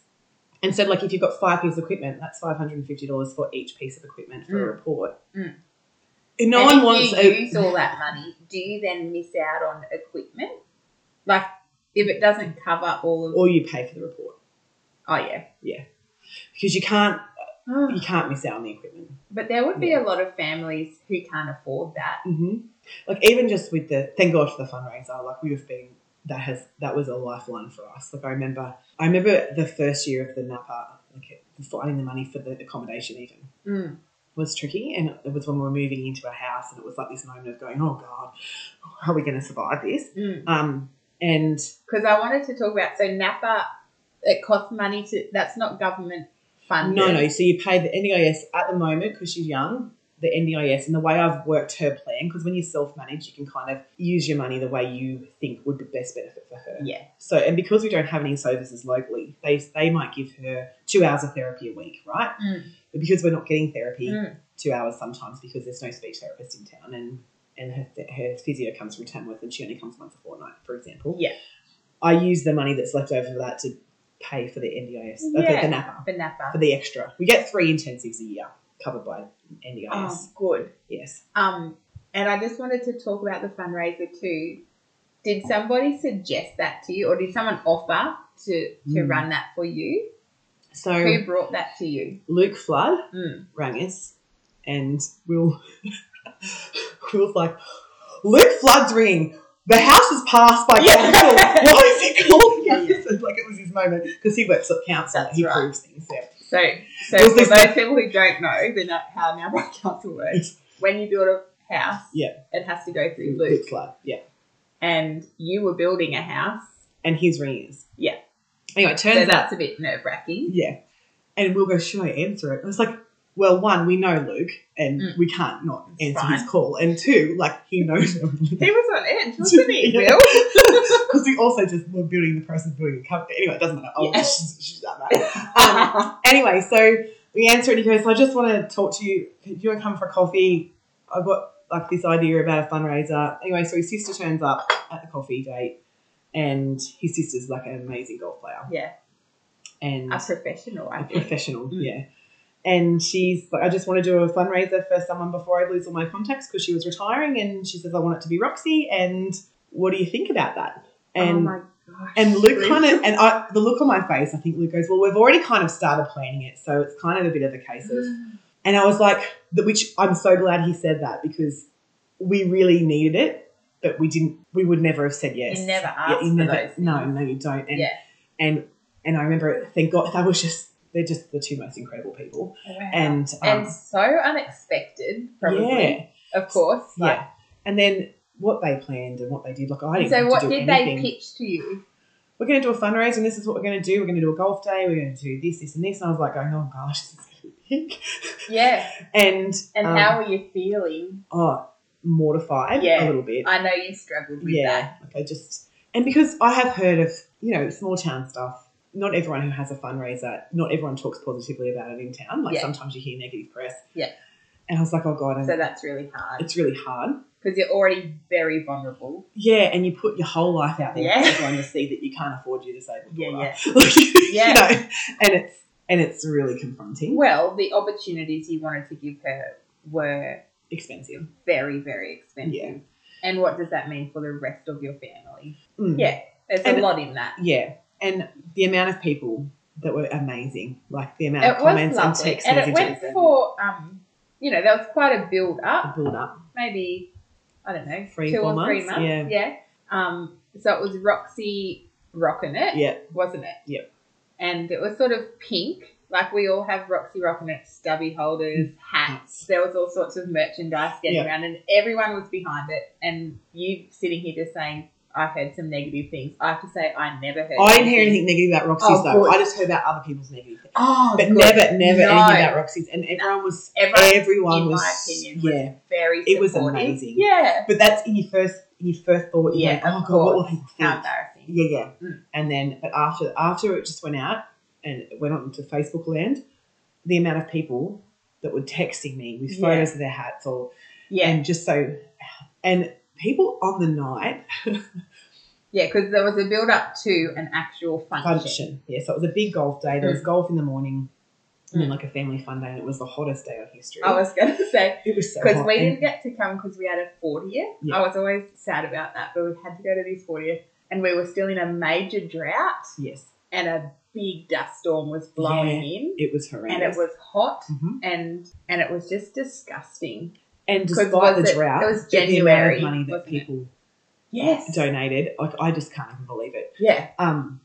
S2: And so, like, if you've got five pieces of equipment, that's five hundred and fifty dollars for each piece of equipment for a
S1: Mm.
S2: report.
S1: Mm.
S2: And no
S1: and
S2: one
S1: if
S2: wants.
S1: you
S2: A,
S1: use all that money, do you then miss out on equipment? Like if it doesn't cover all of
S2: or you pay for the report
S1: Oh yeah.
S2: because you can't
S1: Oh,
S2: you can't miss out on the equipment.
S1: But there would be a lot of families who can't afford that.
S2: hmm Like even just with the thank God for the fundraiser, like we have been that has that was a lifeline for us. Like I remember, I remember the first year of the Napa, like finding the money for the accommodation even
S1: Mm.
S2: was tricky, and it was when we were moving into a house, and it was like this moment of going, oh God, how are we going to survive this?
S1: Mm.
S2: Um, and
S1: Because I wanted to talk about so Napa it costs money to that's not government funded.
S2: No, no. So you pay the NDIS at the moment because she's young. The NDIS and the way I've worked her plan because when you self manage, you can kind of use your money the way you think would be best benefit for her.
S1: Yeah.
S2: So and because we don't have any services locally, they they might give her two hours of therapy a week, right?
S1: Mm.
S2: But because we're not getting therapy,
S1: Mm.
S2: two hours sometimes because there's no speech therapist in town and. And her, her physio comes from Tamworth and she only comes once a fortnight, for example.
S1: Yeah.
S2: I use the money that's left over for that to pay for the NDIS, uh, the,
S1: Yeah.
S2: the NAPA
S1: For Napa.
S2: for the extra. We get three intensives a year covered by NDIS.
S1: Oh, good.
S2: Yes.
S1: Um, and I just wanted to talk about the fundraiser too. Did somebody suggest that to you, or did someone offer to to
S2: Mm.
S1: run that for you?
S2: So
S1: Who brought that to you?
S2: Luke Flood
S1: Mm.
S2: rang us and Will, Will was like, Luke Flood's ringing. The house is passed by
S1: Yeah.
S2: council. What is he calling us?
S1: Yeah.
S2: It's Like it was his moment because he works at council.
S1: That's
S2: he
S1: right.
S2: proves things. Yeah.
S1: So, so
S2: Was
S1: for
S2: this
S1: those people who don't know, the Na- how Napa Council works, when you build a house,
S2: Yeah.
S1: it has to go through
S2: Luke
S1: Luke,
S2: Flood. Yeah.
S1: and you were building a house,
S2: And his ring is.
S1: Yeah.
S2: Anyway, it
S1: so
S2: turns out
S1: that's a bit nerve wracking.
S2: Yeah. And we'll go, should I answer it? I was like, well, one, we know Luke and
S1: Mm.
S2: we can't not
S1: It's
S2: answer
S1: fine.
S2: his call. And two, like, he knows everything.
S1: He was on edge, wasn't he,
S2: Yeah.
S1: Bill?
S2: Because we also just were building the process of building the company. Anyway, it doesn't matter. Oh,
S1: Yeah.
S2: she's, she's done that. Um, anyway, so we answer it. He goes, I just want to talk to you. Do you want to come for a coffee? I've got like this idea about a fundraiser. Anyway, so his sister turns up at the coffee date and his sister's like an amazing golf player.
S1: yeah,
S2: And
S1: a professional, I
S2: a
S1: think.
S2: professional,
S1: Mm.
S2: yeah. And she's like, I just want to do a fundraiser for someone before I lose all my contacts because she was retiring, and she says I want it to be Roxy. And what do you think about that?
S1: oh
S2: And
S1: my gosh.
S2: and Luke kind of and I, the look on my face, I think Luke goes, well, we've already kind of started planning it, so it's kind of a bit of a case of. And I was like, the- which I'm so glad he said that because we really needed it, but we didn't. We would never have said yes.
S1: You never
S2: Yeah,
S1: ask
S2: you
S1: for
S2: never-
S1: those.
S2: No,
S1: things.
S2: no, you don't. And
S1: yeah.
S2: and and I remember, thank God, that was just they're just the two most incredible people, and um,
S1: and so unexpected, probably.
S2: yeah,
S1: Of course.
S2: yeah. And then what they planned and what they did, like I
S1: Like,
S2: didn't.
S1: so
S2: have
S1: what
S2: to do
S1: did
S2: anything.
S1: they pitch to you?
S2: We're going to do a fundraiser, and this is what we're going to do. We're going to do a golf day. We're going to do this, this, and this. And I was like, going, oh gosh, this is gonna be big.
S1: Yeah.
S2: and
S1: And
S2: um,
S1: how were you feeling?
S2: oh, mortified
S1: Yeah.
S2: a little bit.
S1: I know you struggled with
S2: yeah, like I just and because I have heard of you know small town stuff. Not everyone who has a fundraiser, not everyone talks positively about it in town. Like
S1: Yeah.
S2: sometimes you hear negative press.
S1: Yeah.
S2: And I was like, oh god,
S1: that.
S2: and
S1: So that's really hard
S2: it's really hard.
S1: because you're already very vulnerable.
S2: Yeah, and you put your whole life out there
S1: Yeah.
S2: for everyone to see that you can't afford your disabled
S1: Yeah,
S2: daughter.
S1: yeah.
S2: Like,
S1: Yeah.
S2: you know, and it's and it's really confronting,
S1: Well, the opportunities you wanted to give her were
S2: expensive.
S1: very, very expensive.
S2: Yeah.
S1: And what does that mean for the rest of your family?
S2: Mm.
S1: Yeah. There's a
S2: And-
S1: lot in that.
S2: yeah, and the amount of people that were amazing, like the amount
S1: It
S2: of
S1: was
S2: comments and
S1: lovely.
S2: text
S1: And it
S2: messages
S1: went for, um, you know, there was quite a build up.
S2: build up.
S1: maybe I don't know,
S2: Three,
S1: two
S2: four
S1: or three
S2: months,
S1: months. Yeah. Um, so it was Roxy rocking it,
S2: Yeah.
S1: wasn't it?
S2: Yep.
S1: And it was sort of pink. Like we all have Roxy rocking it, stubby holders, hats. There was all sorts of merchandise getting
S2: Yeah.
S1: around, and everyone was behind it. And you sitting here just saying, "I heard some negative things." I have to say, I never heard.
S2: I didn't
S1: those
S2: hear
S1: things.
S2: anything negative about Roxy's
S1: Oh,
S2: though.
S1: good.
S2: I just heard about other people's negative things.
S1: Oh,
S2: But
S1: good.
S2: never, never
S1: No.
S2: anything about Roxy's. And everyone was,
S1: Everyone,
S2: everyone
S1: in
S2: was,
S1: my opinion, was
S2: yeah.
S1: very.
S2: It was
S1: supportive.
S2: amazing.
S1: Yeah.
S2: But that's in your first, in your first thought. You're
S1: Yeah,
S2: like, oh
S1: of
S2: god, what will
S1: course.
S2: people think?
S1: How embarrassing.
S2: Yeah, yeah.
S1: Mm.
S2: And then, but after after it just went out and it went on to Facebook land, the amount of people that were texting me with
S1: Yeah.
S2: photos of their hats or
S1: Yeah.
S2: and just so and people on the night
S1: Yeah, because there was a build up to an actual function.
S2: function. Yeah, so it was a big golf day.
S1: Hmm.
S2: There was golf in the morning. And then like a family fun day, and it was the hottest day on history.
S1: I was going to say
S2: it was so
S1: because
S2: hot.
S1: we
S2: and-
S1: didn't get to come because we had a 40th.
S2: Yeah.
S1: I was always sad about that, but we had to go to this 40th, and we were still in a major drought,
S2: yes,
S1: and a big dust storm was blowing in,
S2: it was horrendous.
S1: and it was hot,
S2: Mhm.
S1: and and it was just disgusting.
S2: and
S1: 'cause
S2: despite
S1: was
S2: the
S1: it-
S2: drought,
S1: it was
S2: the amount of
S1: January,
S2: money that
S1: wasn't it?
S2: people
S1: Yes,
S2: donated, like I just can't even believe it.
S1: yeah,
S2: Um,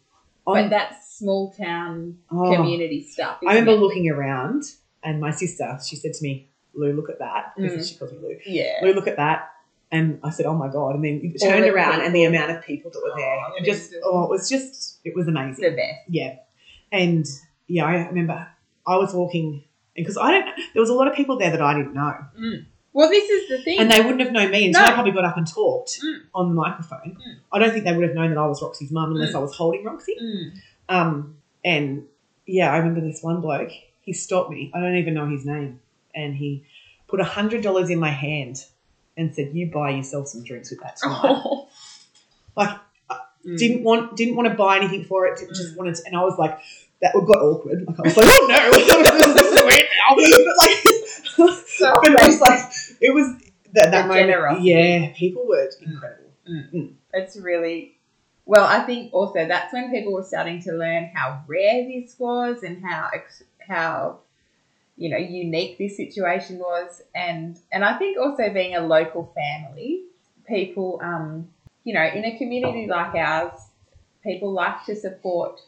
S1: but
S2: on-
S1: that's small town
S2: oh.
S1: community stuff.
S2: I
S1: isn't
S2: remember
S1: it?
S2: looking around, and my sister, she said to me, Lou, look at that.
S1: Hmm.
S2: Because she calls me Lou.
S1: yeah,
S2: Lou, look at that. And I said, oh my God. And then you
S1: All
S2: turned
S1: the
S2: around, and the amount of people that were there.
S1: Oh,
S2: it just,
S1: amazing.
S2: oh, it was just, it was
S1: it's the
S2: amazing.
S1: best.
S2: Yeah. And yeah, I remember I was walking, because I don't, there was a lot of people there that I didn't know.
S1: Well, this is the thing,
S2: And they wouldn't have known me until
S1: No.
S2: I probably got up and talked
S1: Mm.
S2: on the microphone.
S1: Mm.
S2: I don't think they would have known that I was Roxy's mum unless I was holding Roxy.
S1: Mm.
S2: Um, and yeah, I remember this one bloke. He stopped me. I don't even know his name. And he put a hundred dollars in my hand and said, "You buy yourself some drinks with that tonight." Like,
S1: Mm.
S2: Didn't want, didn't want to buy anything for it. Didn't, Just
S1: Mm.
S2: wanted, to, and I was like, that got awkward. Like I was like, oh no, this is weird now. But like,
S1: So
S2: but it was like, it was that that
S1: The
S2: moment.
S1: generosity.
S2: Yeah, people were incredible.
S1: it's really well i think also that's when people were starting to learn how rare this was and how ex- how you know unique this situation was and and i think also being a local family people um you know in a community like ours people like to support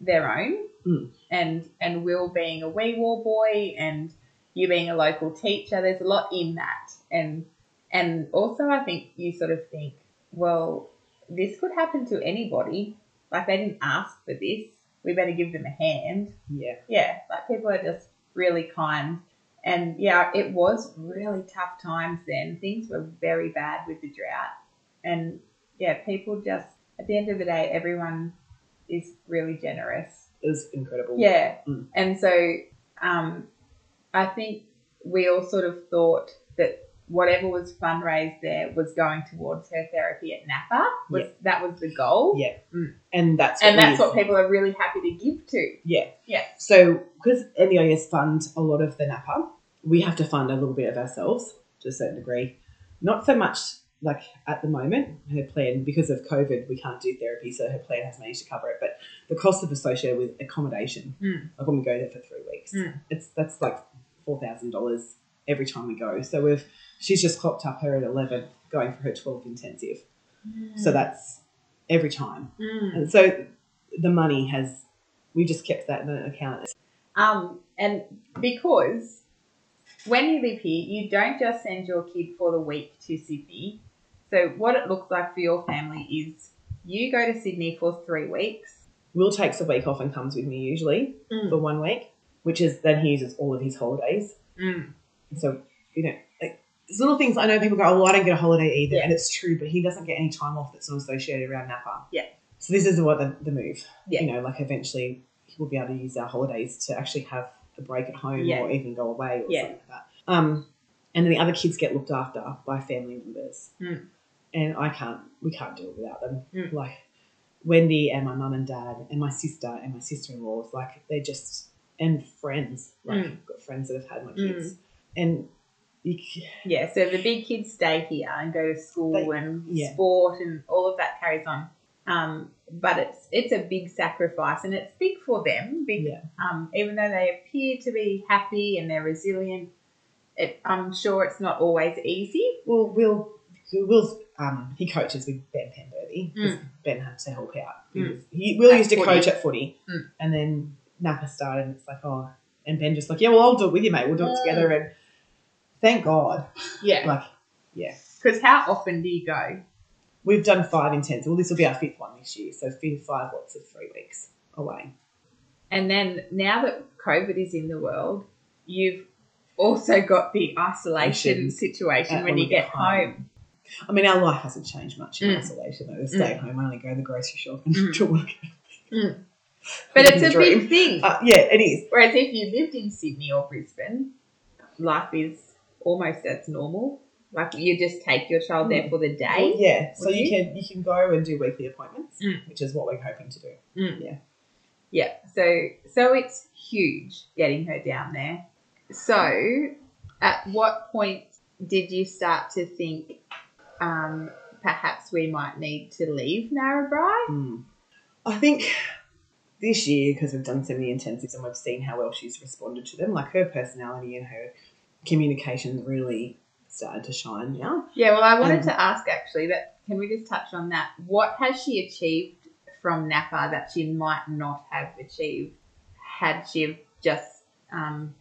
S1: their own
S2: Mm.
S1: and and will being a wee war boy and you being a local teacher there's a lot in that and and also i think you sort of think well, this could happen to anybody. Like they didn't ask for this. We better give them a hand.
S2: Yeah,
S1: Yeah, like people are just really kind. And yeah, it was really tough times then. Things were very bad with the drought. And yeah, people just, at the end of the day, everyone is really generous.
S2: it was incredible.
S1: Yeah.
S2: Mm.
S1: And so um, I think we all sort of thought that whatever was fundraised there was going towards her therapy at Napa. Was,
S2: Yeah.
S1: That was the goal.
S2: yeah,
S1: Mm.
S2: and that's
S1: And
S2: we
S1: that's
S2: did.
S1: what people are really happy to give to.
S2: Yeah.
S1: Yeah.
S2: So, because NEIS fund a lot of the Napa, we have to fund a little bit of ourselves to a certain degree. Not so much like at the moment, her plan, because of COVID, we can't do therapy, so her plan has managed to cover it. But the cost of associated with accommodation,
S1: Mm.
S2: like when we go there for three weeks,
S1: Mm.
S2: it's that's like $4,000 every time we go. So, we've she's just clocked up her at 11th, going for her 12th intensive.
S1: Hmm.
S2: So, that's every time.
S1: Mm.
S2: And so the money has, we just kept that in the account.
S1: Um, and because when you live here, you don't just send your kid for the week to Sydney. So what it looks like for your family is you go to Sydney for three weeks.
S2: Will takes a week off and comes with me usually
S1: Mm.
S2: for one week, which is then he uses all of his holidays.
S1: Mm.
S2: And so, you know, like, it's little things I know people go, oh, well, I don't get a holiday either.
S1: Yeah.
S2: And it's true, but he doesn't get any time off that's not associated around Napa.
S1: Yeah.
S2: So this is what the, the move,
S1: Yeah.
S2: you know, like eventually he will be able to use our holidays to actually have a break at home
S1: Yeah.
S2: or even go away or
S1: Yeah.
S2: something like that. Um, and then the other kids get looked after by family members.
S1: Mm.
S2: And I can't, we can't do it without them.
S1: Mm.
S2: Like Wendy and my mum and dad and my sister and my sister-in-laws, like they're just, and friends, like
S1: Mm.
S2: I've got friends that have had my
S1: Mm.
S2: kids. And you, c-
S1: Yeah, so the big kids stay here and go to school
S2: They-
S1: and
S2: yeah.
S1: sport and all of that carries on. Um, but it's it's a big sacrifice and it's big for them. Big,
S2: Yeah.
S1: um, even though they appear to be happy and they're resilient, it, I'm sure it's not always easy.
S2: Well, Will, Will's um, he coaches with Ben Penworthy. 'cause Ben had to help out. because He, Will
S1: Mm. At
S2: used to
S1: footy.
S2: coach at footy,
S3: Mm.
S2: and then Napa started, and it's like, oh, and Ben just like, yeah, well, I'll do it with you, mate. We'll do it
S1: Mm.
S2: together. And thank God,
S1: Yeah,
S2: like, yeah,
S1: because how often do you go?
S2: we've done five intensive. Well, this will be our fifth one this year, so fifth five lots of three weeks away.
S1: And then now that COVID is in the world, you've also got the isolation
S2: Isolation.
S1: situation
S2: Uh,
S1: when
S2: when
S1: you
S2: we
S1: get
S2: get
S1: home.
S2: I mean, our life hasn't changed much in
S1: Mm.
S2: isolation. Though. We
S1: Mm.
S2: stay at home, I only go to the grocery shop and
S1: Mm.
S2: to work.
S1: Mm. But it's a
S2: Dream.
S1: big thing.
S2: Uh, yeah, it is.
S1: Whereas if you lived in Sydney or Brisbane, life is almost as normal. Like you just take your child there for the day.
S2: Yeah, so
S1: Would
S2: you
S1: you?
S2: can you can go and do weekly appointments,
S1: Mm.
S2: which is what we're hoping to do.
S1: Yeah. So so it's huge getting her down there. So at what point did you start to think um, perhaps we might need to leave Narrabri?
S2: Mm. I think this year, because we've done so many intensives and we've seen how well she's responded to them, like her personality and her communication's really started to shine now.
S1: Yeah, well I wanted
S2: Um,
S1: to ask actually that can we just touch on that? What has she achieved from Napa that she might not have achieved had she just um,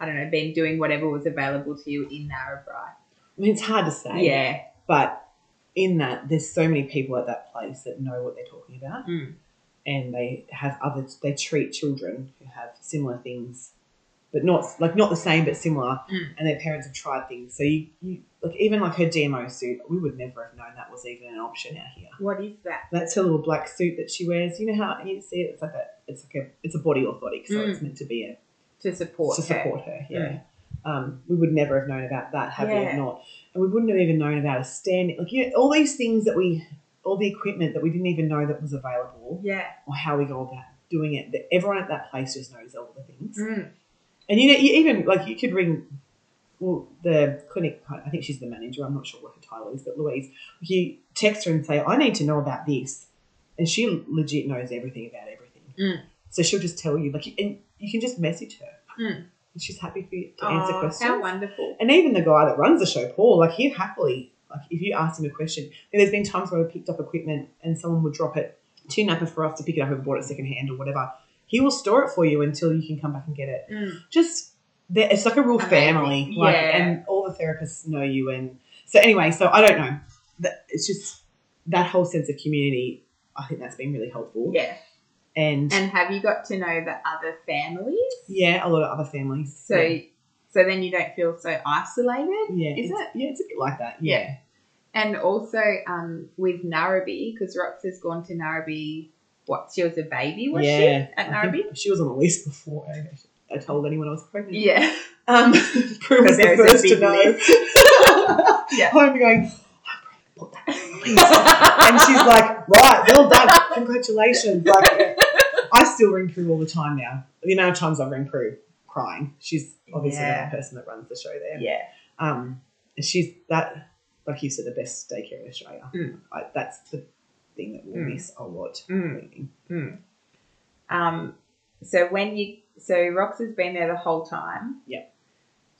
S1: I don't know, been doing whatever was available to you in Narrabri?
S2: I mean, it's hard to say.
S1: Yeah.
S2: But in that, there's so many people at that place that know what they're talking about,
S1: Mm.
S2: and they have other. They treat children who have similar things, but not like not the same, but similar.
S1: Mm.
S2: And their parents have tried things. So you, you like even like her DMO suit, we would never have known that was even an option out here.
S1: What is that?
S2: That's her little black suit that she wears. You know how you see it? It's like a, it's like a, it's a body orthotic, so
S1: Mm.
S2: it's meant to be a
S1: To support
S2: to
S1: her. Mm.
S2: support her. Yeah. Um, we would never have known about that had we
S1: Yeah.
S2: have not, and we wouldn't have even known about a stand. Like you know, all these things that we, all the equipment that we didn't even know that was available,
S1: Yeah.
S2: or how we go about doing it. That everyone at that place just knows all the things,
S1: Mm.
S2: and you know, you even like you could ring. Well, the clinic, I think she's the manager. I'm not sure what her title is, but Louise, you text her and say, "I need to know about this," and she legit knows everything about everything.
S1: Mm.
S2: So she'll just tell you, like, and you can just message her,
S1: Mm.
S2: and she's happy for you to answer
S1: Aw,
S2: questions.
S1: How wonderful.
S2: And even the guy that runs the show, Paul, like he'd happily, like if you asked him a question, and there's been times where we picked up equipment and someone would drop it to Napa for us to pick it up and bought it secondhand or whatever. He will store it for you until you can come back and get it.
S1: Mm.
S2: Just there, it's like a real
S1: Amazing.
S2: family, like,
S1: Uh, Yeah.
S2: and all the therapists know you. And so anyway, so I don't know. That- It's just that whole sense of community. I think that's been really helpful.
S1: Yeah.
S2: And,
S1: And have you got to know the other families?
S2: yeah, a lot of other families.
S1: So
S2: yeah,
S1: so then you don't feel so isolated.
S2: yeah,
S1: is
S2: it's- yeah, it's a bit like that.
S1: Yeah.
S2: yeah.
S1: And also um, with Narrabee, because Rox has gone to Narrabee, what, she was a baby, was
S2: yeah,
S1: she, at
S2: I think
S1: Narrabee?
S2: She was on the list before I, I told anyone I was pregnant.
S1: Yeah.
S2: Um, Prue was the
S1: There's a
S2: first to
S1: big
S2: know.
S1: Yeah.
S2: I'm going. "I put that on the list." and she's like, "Right, well done, congratulations." Like, yeah. I still ring Prue all the time now. The amount of times I've ring Prue crying. She's obviously
S1: Yeah.
S2: the person that runs the show there.
S1: Yeah.
S2: Um, and she's that, like you said, the best daycare in Australia.
S1: Mm.
S2: I, that's the thing that we'll
S1: Mm.
S2: miss a lot.
S1: Mm. Um, so when you so Rox has been there the whole time.
S2: Yep.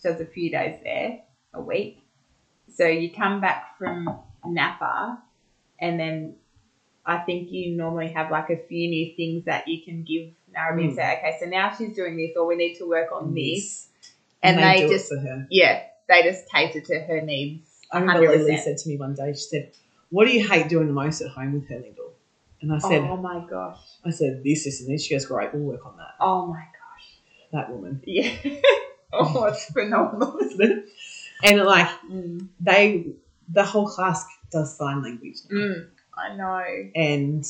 S1: She was a few days there, a week. So you come back from Napa, and then I think you normally have like a few new things that you can give Narumi and
S2: Mm.
S1: say, okay, so now she's doing this, or we need to work on this,
S2: And,
S1: and, they,
S2: they, do
S1: just
S2: it for her.
S1: yeah, they just cater to her needs.
S2: I remember Lily
S1: 100%.
S2: said to me one day, she said, What do you hate doing the most at home with her, Lyndall? And I said,
S1: oh my gosh,
S2: I said, this, this, and this. She goes, Great, we'll work on that.
S1: oh my gosh,
S2: That woman.
S1: yeah, oh, it's phenomenal.
S2: and like
S1: Mm.
S2: they the whole class does sign language now.
S1: Mm. I know.
S2: And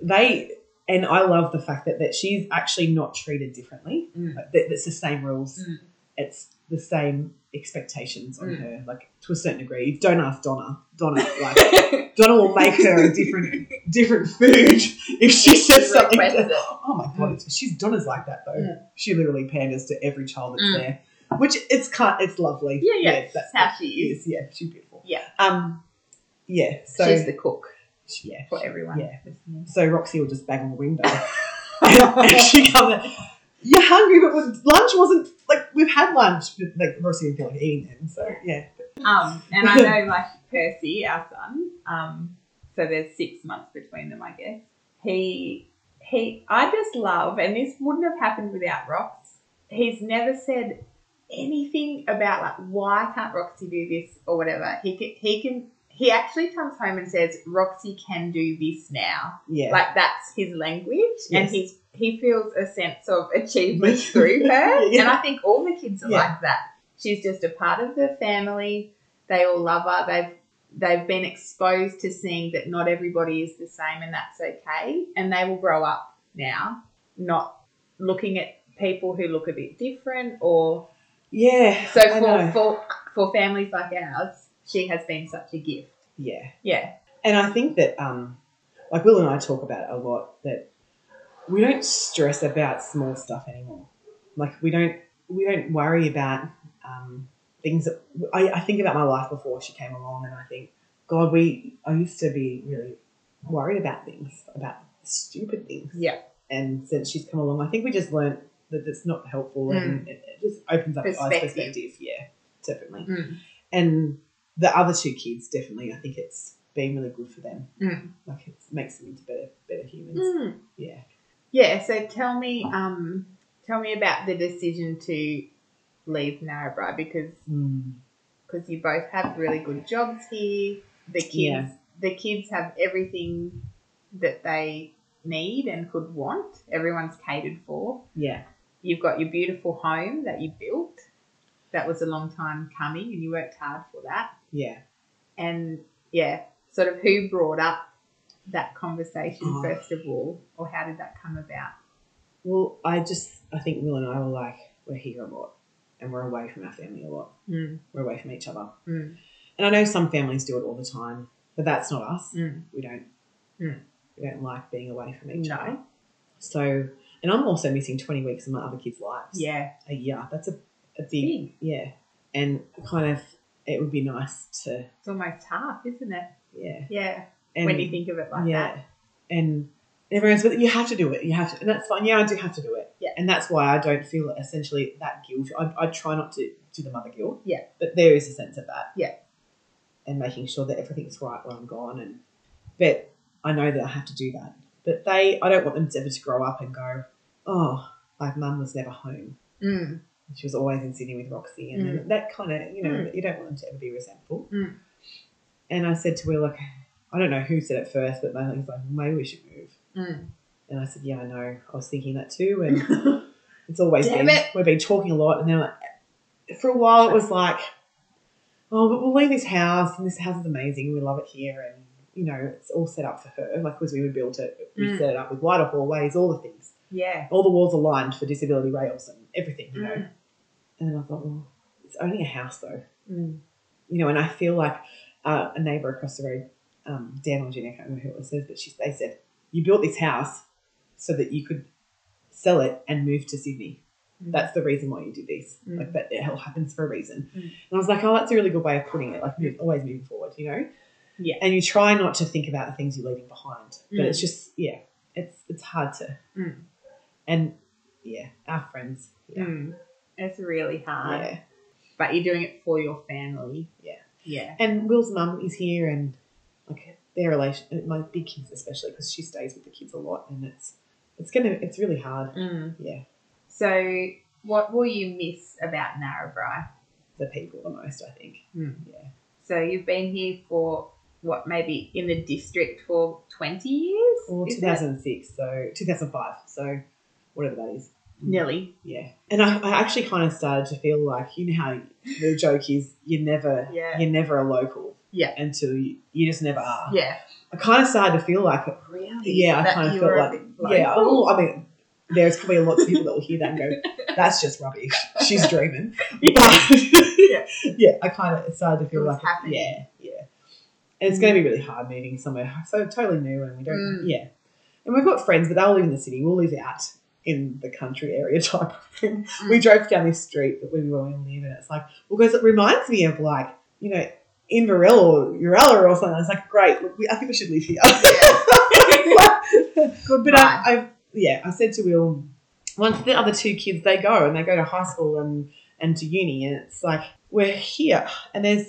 S2: they and I love the fact that, that she's actually not treated differently.
S1: Mm.
S2: Like, that, that's the same rules.
S1: Mm.
S2: It's the same expectations on
S1: Mm.
S2: her, like to a certain degree. Don't ask Donna. Donna like
S1: Mm.
S2: Donna will make her a different different food if she says something.
S1: requests it.
S2: Oh my god, it's, she's Donna's like that though.
S1: Mm. Yeah.
S2: She literally panders to every child that's
S1: Mm.
S2: there, which it's kind, it's lovely.
S1: Yeah, yeah, that's
S2: that's
S1: how
S2: what
S1: she
S2: she
S1: is.
S2: is. Yeah, she's beautiful.
S1: Yeah.
S2: um, yeah. So
S1: She's the cook
S2: she- yeah,
S1: for
S2: she-
S1: everyone.
S2: Yeah.
S1: listening.
S2: So Roxy will just bang on the window, and she comes. out, You're hungry, but lunch wasn't like we've had lunch, but like obviously we feel like eating then. So yeah,
S1: Um, and I know like Percy, our son. Um, so there's six months between them, I guess. He he. I just love, and this wouldn't have happened without Rox. He's never said anything about like why can't Roxy do this or whatever. He can, he can. He actually comes home and says Roxy can do this now.
S2: yeah,
S1: Like that's his language, and
S2: Yes.
S1: he's he feels a sense of achievement through her.
S2: Yeah.
S1: And I think all the kids are
S2: Yeah.
S1: like that. She's just a part of the family. They all love her. They've they've been exposed to seeing that not everybody is the same, and that's okay. And they will grow up now, not looking at people who look a bit different. Or
S2: yeah.
S1: so
S2: I
S1: for
S2: know.
S1: for for families like ours, she has been such a gift.
S2: yeah,
S1: Yeah,
S2: and I think that um, like Will and I talk about it a lot that we don't stress about small stuff anymore. Like we don't we don't worry about um, things that I, I think about my life before she came along, and I think God, we I used to be really worried about things about stupid things.
S1: yeah.
S2: and since she's come along, I think we just learnt that it's not helpful and it, it just opens up eyes
S1: Hmm. Perspective.
S2: perspective. Yeah, definitely.
S1: Mm.
S2: And the other two kids, definitely, I think it's been really good for them.
S1: Mm.
S2: Like it makes them into better, better humans.
S1: Mm.
S2: Yeah.
S1: Yeah, so tell me, um, tell me about the decision to leave Narrabri because
S2: Mm.
S1: because you both have really good jobs here. The kids,
S2: Yeah.
S1: the kids have everything that they need and could want. Everyone's catered for.
S2: Yeah.
S1: You've got your beautiful home that you built. That was a long time coming, and you worked hard for that.
S2: Yeah.
S1: And yeah, sort of who brought up that conversation
S2: Oh.
S1: first of all, or how did that come about?
S2: Well, I just I think Will and I were like we're here a lot, and we're away from our family a lot.
S1: Mm,
S2: We're away from each other.
S1: mm,
S2: And I know some families do it all the time, but that's not us.
S1: mm.
S2: we don't
S1: Mm.
S2: we don't like being away from each
S1: No.
S2: other. So, and I'm also missing 20 weeks of my other kids' lives.
S1: Yeah.
S2: a year. That's a, a big,
S1: Big.
S2: yeah. And kind of, it would be nice to
S1: It's almost half, isn't it?
S2: yeah.
S1: Yeah.
S2: And,
S1: when you think of it like
S2: yeah,
S1: that.
S2: and everyone's but you have to do it. You have to, and that's fine. Yeah, I do have to do it.
S1: Yeah.
S2: and that's why I don't feel essentially that guilt. I, I try not to do the mother guilt.
S1: Yeah.
S2: but there is a sense of that.
S1: Yeah.
S2: and making sure that everything's right when I'm gone, and but I know that I have to do that. But they, I don't want them to ever to grow up and go, oh, like mum was never home.
S1: Mm.
S2: She was always in Sydney with Roxy, and then that kind of, you know,
S1: Mm.
S2: you don't want them to ever be resentful.
S1: Mm.
S2: And I said to her, like, I don't know who said it first, but my husband's like, maybe we should move.
S1: Mm.
S2: And I said, yeah, I know. I was thinking that too, and it's always
S1: Damn
S2: been
S1: it.
S2: we've been talking a lot, and then like, for a while it was like, oh, but we'll leave this house, and this house is amazing, we love it here, and you know, it's all set up for her, like because we would built it, we
S1: Mm.
S2: set it up with wider hallways, all the things
S1: yeah.
S2: all the walls aligned for disability rails and everything, you know.
S1: Mm.
S2: And then I thought, well, it's only a house though,
S1: Mm.
S2: you know. And I feel like uh, a neighbour across the road, um, Dan or Jenny, I can't remember who it was, says, but she, they said, you built this house so that you could sell it and move to Sydney.
S1: Mm.
S2: That's the reason why you did this.
S1: Mm.
S2: Like that, it all happens for a reason.
S1: Mm.
S2: And I was like, oh, that's a really good way of putting it. Like move, always moving forward, you know.
S1: Yeah.
S2: And you try not to think about the things you're leaving behind, but
S1: Mm.
S2: it's just yeah, it's it's hard to.
S1: Mm.
S2: And yeah, our friends. Yeah.
S1: Mm. It's really hard.
S2: yeah.
S1: But you're doing it for your family.
S2: Yeah.
S1: Yeah.
S2: And Will's mum is here, and like their relation, my big kids especially, because she stays with the kids a lot, and it's it's gonna it's really hard.
S1: Mm.
S2: Yeah,
S1: So, what will you miss about Narrabri?
S2: the people the most, I think.
S1: So, you've been here for what, maybe in the district for 20 years?
S2: Well,
S1: Is it?
S2: two thousand six, so two thousand five, so whatever that is.
S1: Nearly.
S2: Yeah, and I, I actually kind of started to feel like you know how the joke is you're never
S1: Yeah.
S2: you're never a local
S1: Yeah.
S2: until you, you just never are.
S1: Yeah.
S2: I kind of started to feel like it
S1: Really?
S2: Yeah, I kind of felt like, yeah. Well, I mean, there's probably lots of people that will hear that and go, "That's just rubbish. She's dreaming." But yeah, I kind of started to feel
S1: It was
S2: like,
S1: happening.
S2: yeah, yeah. And it's going to be really hard moving somewhere so totally new, and we don't,
S1: Mm.
S2: yeah. And we've got friends, but they'll live in the city. We'll live out in the country area type of thing. We
S1: Mm.
S2: drove down this street that we were in live, and it's like, well, because it reminds me of like, you know. Inverell or Uralla or something. It's like, great, look, we, I think we should live here. um,
S1: Yeah.
S2: But I, I, yeah, I said to Will, once the other two kids they go and they go to high school and and to uni and it's like we're here and there's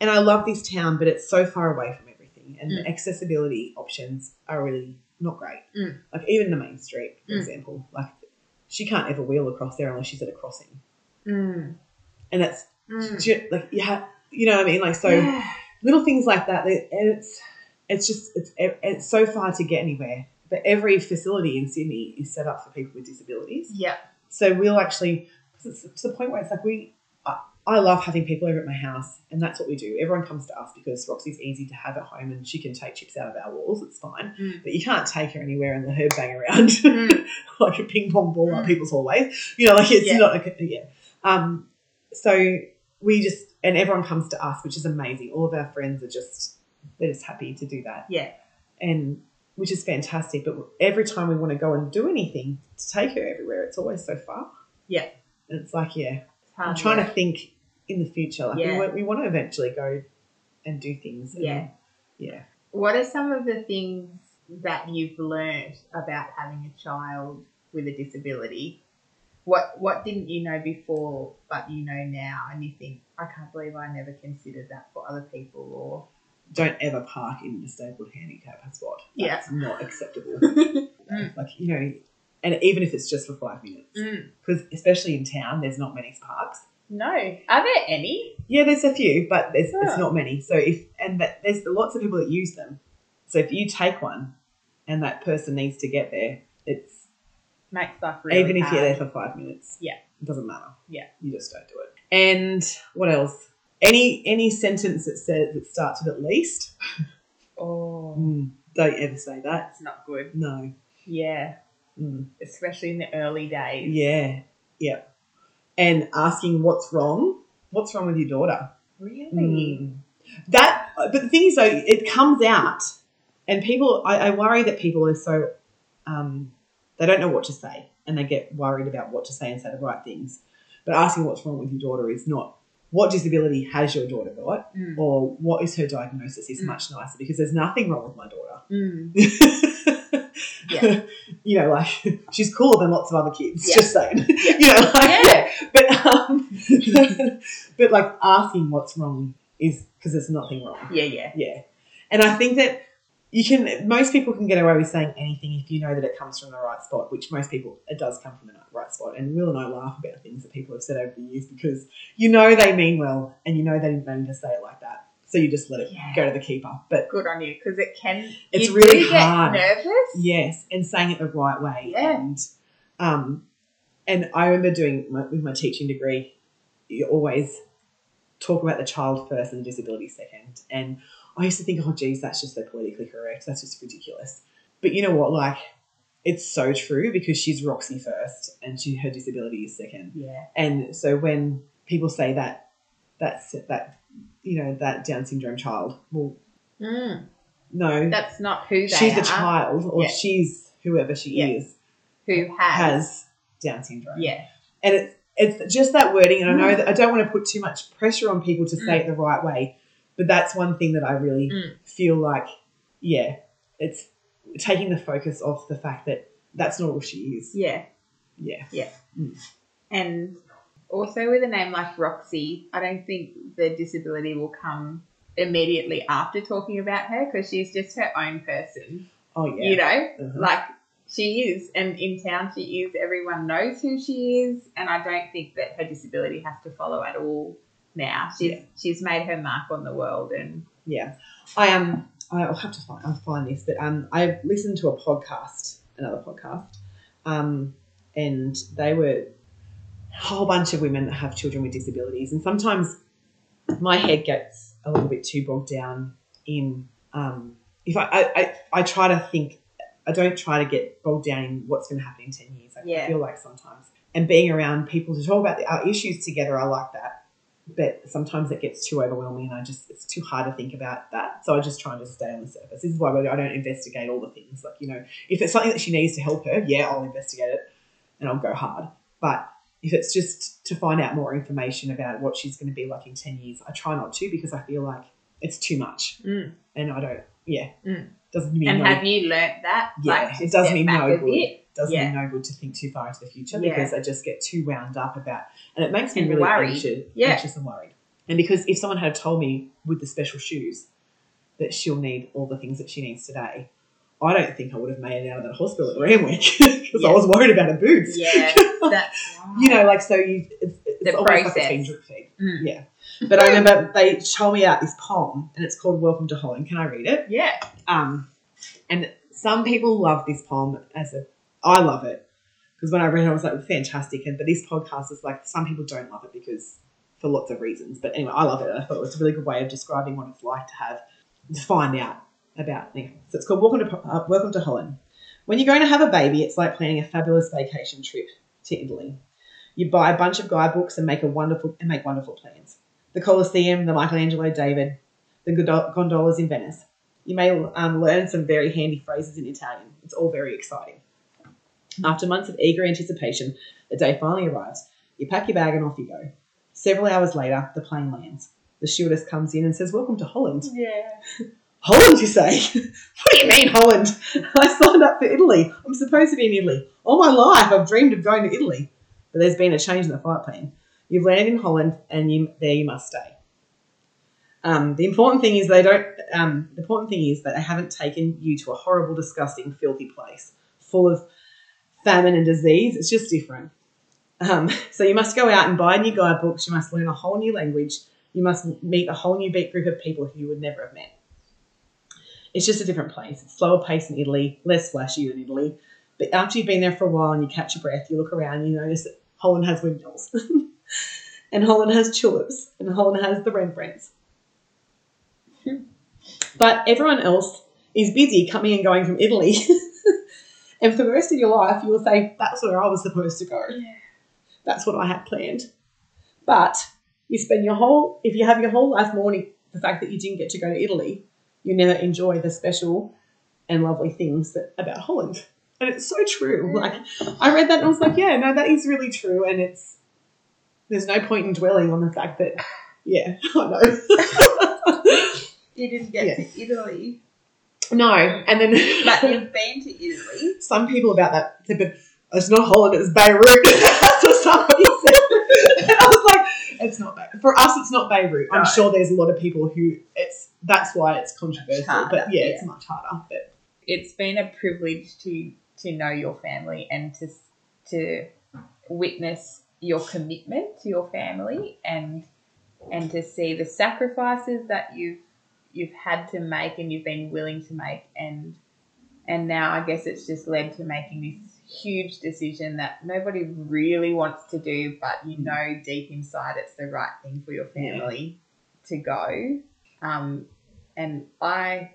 S2: and I love this town but it's so far away from everything and the accessibility options are really not great.
S1: Mm.
S2: Like even the main street, for
S1: Mm.
S2: example, like she can't ever wheel across there unless she's at a crossing.
S1: Mm.
S2: And that's
S1: Mm.
S2: ju- like you have, you know what I mean? Like so
S1: Yeah.
S2: little things like that. they- And it's it's just it's it's so far to get anywhere. But every facility in Sydney is set up for people with disabilities.
S1: Yeah.
S2: So we'll actually, 'cause it's to the point where it's like we, I, I love having people over at my house, and that's what we do. Everyone comes to us because Roxy's easy to have at home, and she can take chips out of our walls. It's fine,
S1: Mm.
S2: but you can't take her anywhere and the her bang around
S1: Mm.
S2: like a ping pong ball up
S1: Mm.
S2: people's hallways. You know, like it's
S1: Yeah.
S2: not like yeah. Um, so we just and everyone comes to us, which is amazing. All of our friends are just they're just happy to do that
S1: Yeah.
S2: and which is fantastic. But every time we want to go and do anything to take her everywhere, it's always so far.
S1: Yeah.
S2: And it's like, yeah, I'm
S1: Hard
S2: trying
S1: work.
S2: to think in the future. Like
S1: Yeah.
S2: we, want, we want to eventually go and do things. and-
S1: Yeah.
S2: yeah.
S1: What are some of the things that you've learned about having a child with a disability? What what didn't you know before but you know now and you think, I can't believe I never considered that for other people or
S2: Don't ever park in a disabled handicap That's what.
S1: Yeah.
S2: That's not acceptable. Mm. like, you know, and even if it's just for five minutes.
S1: Mm.
S2: Because especially in town, there's not many parks.
S1: No. Are there any?
S2: Yeah, there's a few, but there's,
S1: Yeah.
S2: it's not many. So if and that, there's lots of people that use them. So if you take one, and that person needs to get there, it's
S1: Makes life really
S2: even if you're there
S1: hard.
S2: for five minutes.
S1: Yeah.
S2: it doesn't matter.
S1: Yeah.
S2: you just don't do it. And what else? Any any sentence that says that starts with at least.
S1: Oh
S2: Mm, don't ever say that.
S1: that's not good.
S2: No.
S1: Yeah.
S2: Mm,
S1: Especially in the early days.
S2: yeah. Yeah. And asking what's wrong. What's wrong with your daughter?
S1: Really?
S2: Mm. That, but the thing is, though, it comes out, and people. I, I worry that people are so, um, they don't know what to say, and they get worried about what to say and say the right things. But asking what's wrong with your daughter is not what disability has your daughter got,
S1: Mm.
S2: or what is her diagnosis is
S1: Mm.
S2: much nicer because there's nothing wrong with my daughter.
S1: Mm.
S2: yeah. you know, like she's cooler than lots of other kids.
S1: Yeah.
S2: Just saying, you know, like,
S1: Yeah.
S2: but um, but like asking what's wrong is because there's nothing wrong.
S1: Yeah, yeah.
S2: Yeah, and I think that you can. Most people can get away with saying anything if you know that it comes from the right spot, which most people it does come from the right spot. And Will and I laugh about things that people have said over the years because you know they mean well, and you know they didn't mean to say it like that. So you just let it
S1: Yeah.
S2: go to the keeper. But
S1: Good on you because it can.
S2: It's
S1: you
S2: really
S1: do get
S2: hard.
S1: nervous.
S2: Yes, and saying it the right way.
S1: Yeah.
S2: And, um, and I remember doing my, with my teaching degree, you always talk about the child first and the disability second. And I used to think, oh, geez, that's just so politically correct. That's just ridiculous. But you know what? Like, it's so true because she's Roxy first and she her disability is second.
S1: Yeah.
S2: And so when people say that, that's that, you know, that Down syndrome child, well,
S1: Mm.
S2: no,
S1: That's not who they
S2: she's
S1: are.
S2: a child or
S1: Yeah.
S2: she's whoever she
S1: Yeah.
S2: is
S1: Who has.
S2: has Down syndrome.
S1: Yeah.
S2: And it's it's just that wording, and I know
S1: Mm.
S2: that I don't want to put too much pressure on people to say it the right way, but that's one thing that I really
S1: Mm.
S2: feel like, yeah, it's taking the focus off the fact that that's not all she is.
S1: Yeah.
S2: Yeah.
S1: And also with a name like Roxy, I don't think the disability will come immediately after talking about her because she's just her own person.
S2: Oh yeah.
S1: You know,
S2: Mhm.
S1: like she is, and in town she is. Everyone knows who she is, and I don't think that her disability has to follow at all. Now she's
S2: Yeah.
S1: she's made her mark on the world, and
S2: yeah. I um I'll have to find I'll find this, but um I listened to a podcast, another podcast, um, and they were a whole bunch of women that have children with disabilities, and sometimes my head gets a little bit too bogged down in um if I I, I, I try to think I don't try to get bogged down in what's going to happen in ten years. I
S1: Yeah.
S2: feel like sometimes and being around people to talk about the, our issues together, I like that but sometimes it gets too overwhelming and I just it's too hard to think about that. So I just try and just stay on the surface. This is why I don't investigate all the things. Like, you know, if it's something that she needs to help her, yeah, I'll investigate it and I'll go hard. But if it's just to find out more information about what she's going to be like in 10 years, I try not to because I feel like it's too much.
S1: Mm.
S2: And I don't yeah,
S4: Mm.
S2: doesn't mean
S1: And
S2: no,
S1: have you learnt that?
S2: Yeah,
S1: like, to
S2: it does
S1: step
S2: me
S1: back
S2: no
S1: a
S2: good.
S1: bit
S2: does
S1: yeah.
S2: mean no good to think too far into the future
S1: Yeah.
S2: because I just get too wound up about, and it makes me
S1: And
S2: really
S1: worried.
S2: anxious,
S1: Yeah.
S2: anxious and worried. And because if someone had told me with the special shoes that she'll need all the things that she needs today, I don't think I would have made it out of that hospital at Ramwick because
S1: Yeah.
S2: I was worried about her boots.
S1: Yeah, that's right.
S2: You know, like so you it's, it's
S1: The
S2: almost like it's
S1: process.
S2: been drip fed.
S1: Mm.
S2: Yeah. But I remember they told me out this poem and it's called Welcome to Holland. Can I read it?
S1: Yeah.
S2: Um, and some people love this poem as a, I love it because when I read it, I was like, fantastic. And but this podcast is like, some people don't love it because for lots of reasons. But anyway, I love it. and I thought it was a really good way of describing what it's like to have to find out about. Yeah. So it's called Welcome to uh, Welcome to Holland. When you're going to have a baby, it's like planning a fabulous vacation trip to Italy. You buy a bunch of guidebooks and make a wonderful and make wonderful plans. The Colosseum, the Michelangelo David, the gondo- gondolas in Venice. You may um, learn some very handy phrases in Italian. It's all very exciting. After months of eager anticipation, the day finally arrives. You pack your bag and off you go. Several hours later, the plane lands. The stewardess comes in and says, Welcome to Holland.
S1: Yeah.
S2: Holland, you say? what do you mean, Holland? I signed up for Italy. I'm supposed to be in Italy. All my life, I've dreamed of going to Italy. But there's been a change in the flight plan. You've landed in Holland, and you, there you must stay. Um, the important thing is they don't. Um, the important thing is that they haven't taken you to a horrible, disgusting, filthy place full of famine and disease. It's just different. Um, so you must go out and buy new guidebooks. You must learn a whole new language. You must meet a whole new big group of people who you would never have met. It's just a different place. It's slower pace in Italy, less flashy than Italy. But after you've been there for a while and you catch your breath, you look around and you notice that Holland has windmills, and Holland has tulips, and Holland has the Rembrandts. Hmm. but everyone else is busy coming and going from Italy. and for the rest of your life, you will say, That's where I was supposed to go. That's what I had planned. But you spend your whole, if you have your whole life mourning the fact that you didn't get to go to Italy, you never enjoy the special and lovely things that, about Holland. And it's so true. Like I read that and I was like, yeah, no, that is really true. And it's there's no point in dwelling on the fact that, yeah, I
S1: You didn't get
S2: Yeah.
S1: to Italy,
S2: know. no, and then
S1: but you've been to Italy.
S2: some people about that said, but it's not Holland, it's Beirut. That's what somebody said. And I was like, it's not Beirut. For us, it's not Beirut. I'm
S1: No.
S2: sure there's a lot of people who it's that's why it's controversial.
S1: harder,
S2: but yeah, it's
S1: yeah.
S2: much harder. But
S1: It's been a privilege to to know your family and to s- to witness your commitment to your family and and to see the sacrifices that you've you've had to make and you've been willing to make and and now I guess it's just led to making this huge decision that nobody really wants to do, but you know deep inside it's the right thing for your family to go. Um, and I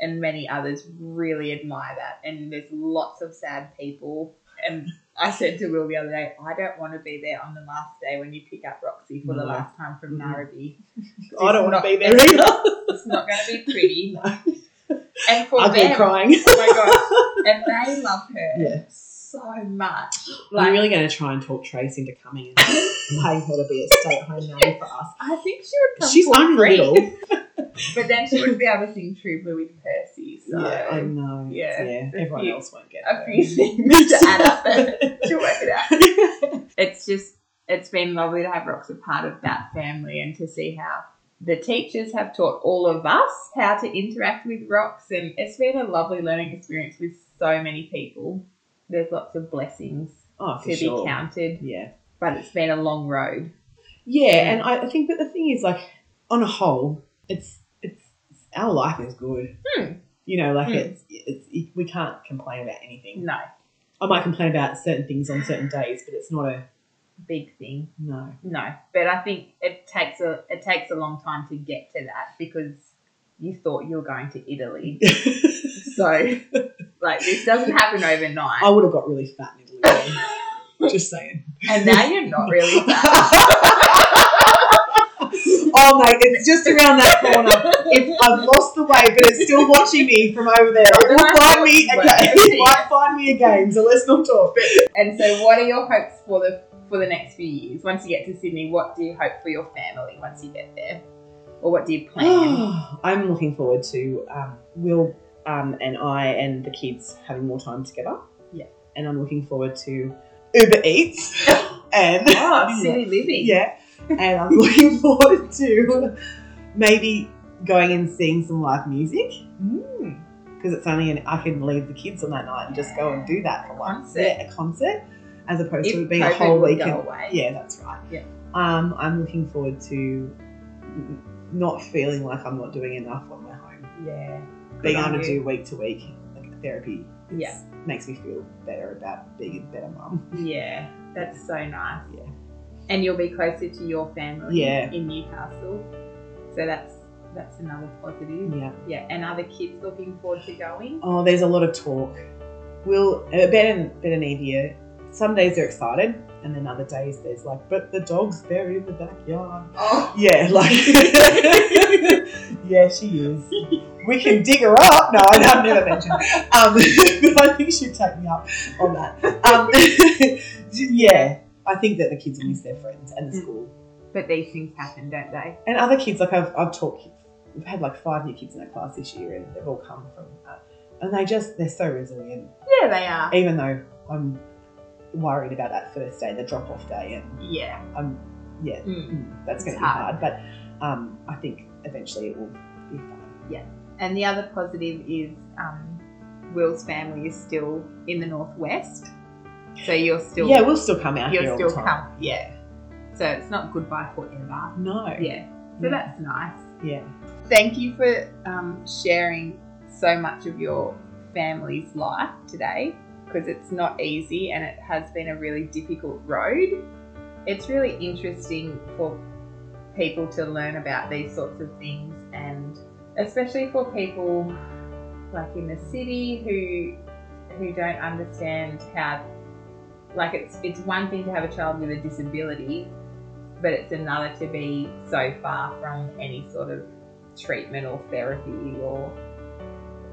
S1: and many others really admire that. And there's lots of sad people. And I said to Will the other day, I don't want to be there on the last day when you pick up Roxy for the
S2: No.
S1: last time from
S2: Mm.
S1: Narrabee.
S2: I don't want
S1: not-
S2: to be there either.
S1: It's not going to be pretty. And for
S2: I've been
S1: them,
S2: crying.
S1: oh my gosh, and they love her
S2: Yeah.
S1: so much.
S2: I'm
S1: Like,
S2: really going to try and talk Trace into coming and paying her to be a stay at home nanny for us.
S1: I think she would come
S2: She's
S1: for free,
S2: unreal.
S1: but then she would be able to sing True Blue with Percy. So
S2: yeah, I know.
S1: yeah.
S2: yeah.
S1: A
S2: Everyone
S1: few-
S2: else won't get
S1: a
S2: that.
S1: few things to add up to work it out. It's just, it's been lovely to have Rox a part of that family and to see how the teachers have taught all of us how to interact with Rox. And it's been a lovely learning experience with so many people. There's lots of blessings
S2: Oh, for
S1: to
S2: sure.
S1: be counted,
S2: Yeah.
S1: but it's been a long road.
S2: Yeah, and I, I think that the thing is like on a whole, it's it's our life is good.
S1: Hmm.
S2: You know, like
S1: Hmm.
S2: it's, it's it, we can't complain about anything.
S1: No,
S2: I might complain about certain things on certain days, but it's not a
S1: big thing.
S2: no.
S1: No, but I think it takes a it takes a long time to get to that because you thought you were going to Italy. So like this doesn't happen overnight.
S2: I would have got really fat in Italy. though. Just saying.
S1: And now you're not really
S2: oh mate, it's just around that corner. If I've lost the way, but it's still watching me from over there. It will find me again. It might find me again. So let's not talk.
S1: And so what are your hopes for the for the next few years? Once you get to Sydney, what do you hope for your family once you get there? or what do you plan?
S2: I'm looking forward to um, Will um, and I and the kids having more time together.
S1: Yeah.
S2: And I'm looking forward to Uber Eats and
S1: oh, silly living.
S2: yeah, and I'm looking forward to maybe going and seeing some live music
S1: Mm,
S2: because it's only an I can leave the kids on that night and just go and do that for once.
S1: Concert.
S2: Yeah, a concert as opposed
S1: if
S2: to it being a
S1: COVID
S2: whole
S1: would
S2: weekend.
S1: Go away.
S2: Yeah, that's right.
S1: Yeah.
S2: Um, I'm looking forward to n- not feeling like I'm not doing enough when we're home.
S1: Yeah.
S2: Being
S1: on
S2: able to
S1: you.
S2: do week to week like therapy. is-
S1: Yeah.
S2: Makes me feel better about being a better mum.
S1: Yeah. That's so nice.
S2: Yeah.
S1: And you'll be closer to your family
S2: Yeah.
S1: in Newcastle. So that's that's another positive.
S2: Yeah.
S1: Yeah. And are the kids looking forward to going?
S2: Oh, there's a lot of talk. Will uh, Ben and Ben and Evie. are- Some days they're excited, and then other days there's like, but the dog's there in the backyard.
S1: Oh.
S2: Yeah, like, yeah, she is. We can dig her up. No, I- I've never mentioned. Um, but I think she'd take me up on that. Um, yeah, I think that the kids will miss their friends and the school
S1: But these things happen, don't they?
S2: and other kids. Like I've I've taught kids. We've had like five new kids in our class this year, and they've all come from, uh, and they just they're so resilient.
S1: Yeah, they are.
S2: Even though I'm worried about that first day, the drop off day, and
S1: Yeah.
S2: um, yeah,
S1: Mm.
S2: mm, that's going
S1: It's
S2: to be hard. But um, I think eventually it will be fine.
S1: And the other positive is um, Will's family is still in the northwest, so you're still
S2: yeah, we'll still come out here
S1: you're still
S2: all the time.
S1: come yeah. So it's not goodbye forever.
S2: No.
S1: Yeah. So
S2: Yeah.
S1: that's nice.
S2: Yeah.
S1: Thank you for um, sharing so much of your family's life today because it's not easy and it has been a really difficult road. It's really interesting for people to learn about these sorts of things and especially for people like in the city who who don't understand how like it's it's one thing to have a child with a disability but it's another to be so far from any sort of treatment or therapy or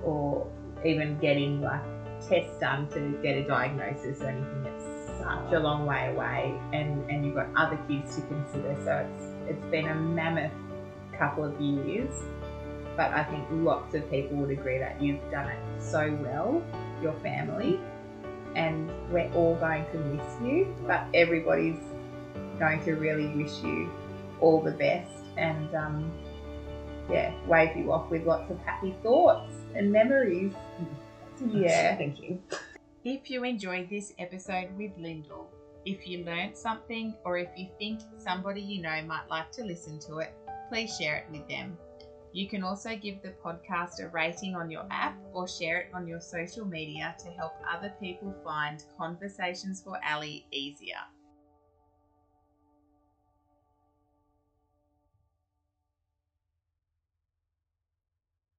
S1: or even getting like tests done to get a diagnosis or anything. It's such a long way away, and and you've got other kids to consider. So it's it's been a mammoth couple of years, but I think lots of people would agree that you've done it so well, your family, and we're all going to miss you. But everybody's going to really wish you all the best and. Um, yeah, wave you off with lots of happy thoughts and memories.
S2: Mm.
S1: Yeah.
S2: Thank you.
S5: If you enjoyed this episode with Lyndall, if you learned something, or if you think somebody you know might like to listen to it, please share it with them. You can also give the podcast a rating on your app or share it on your social media to help other people find Conversations for Ali easier.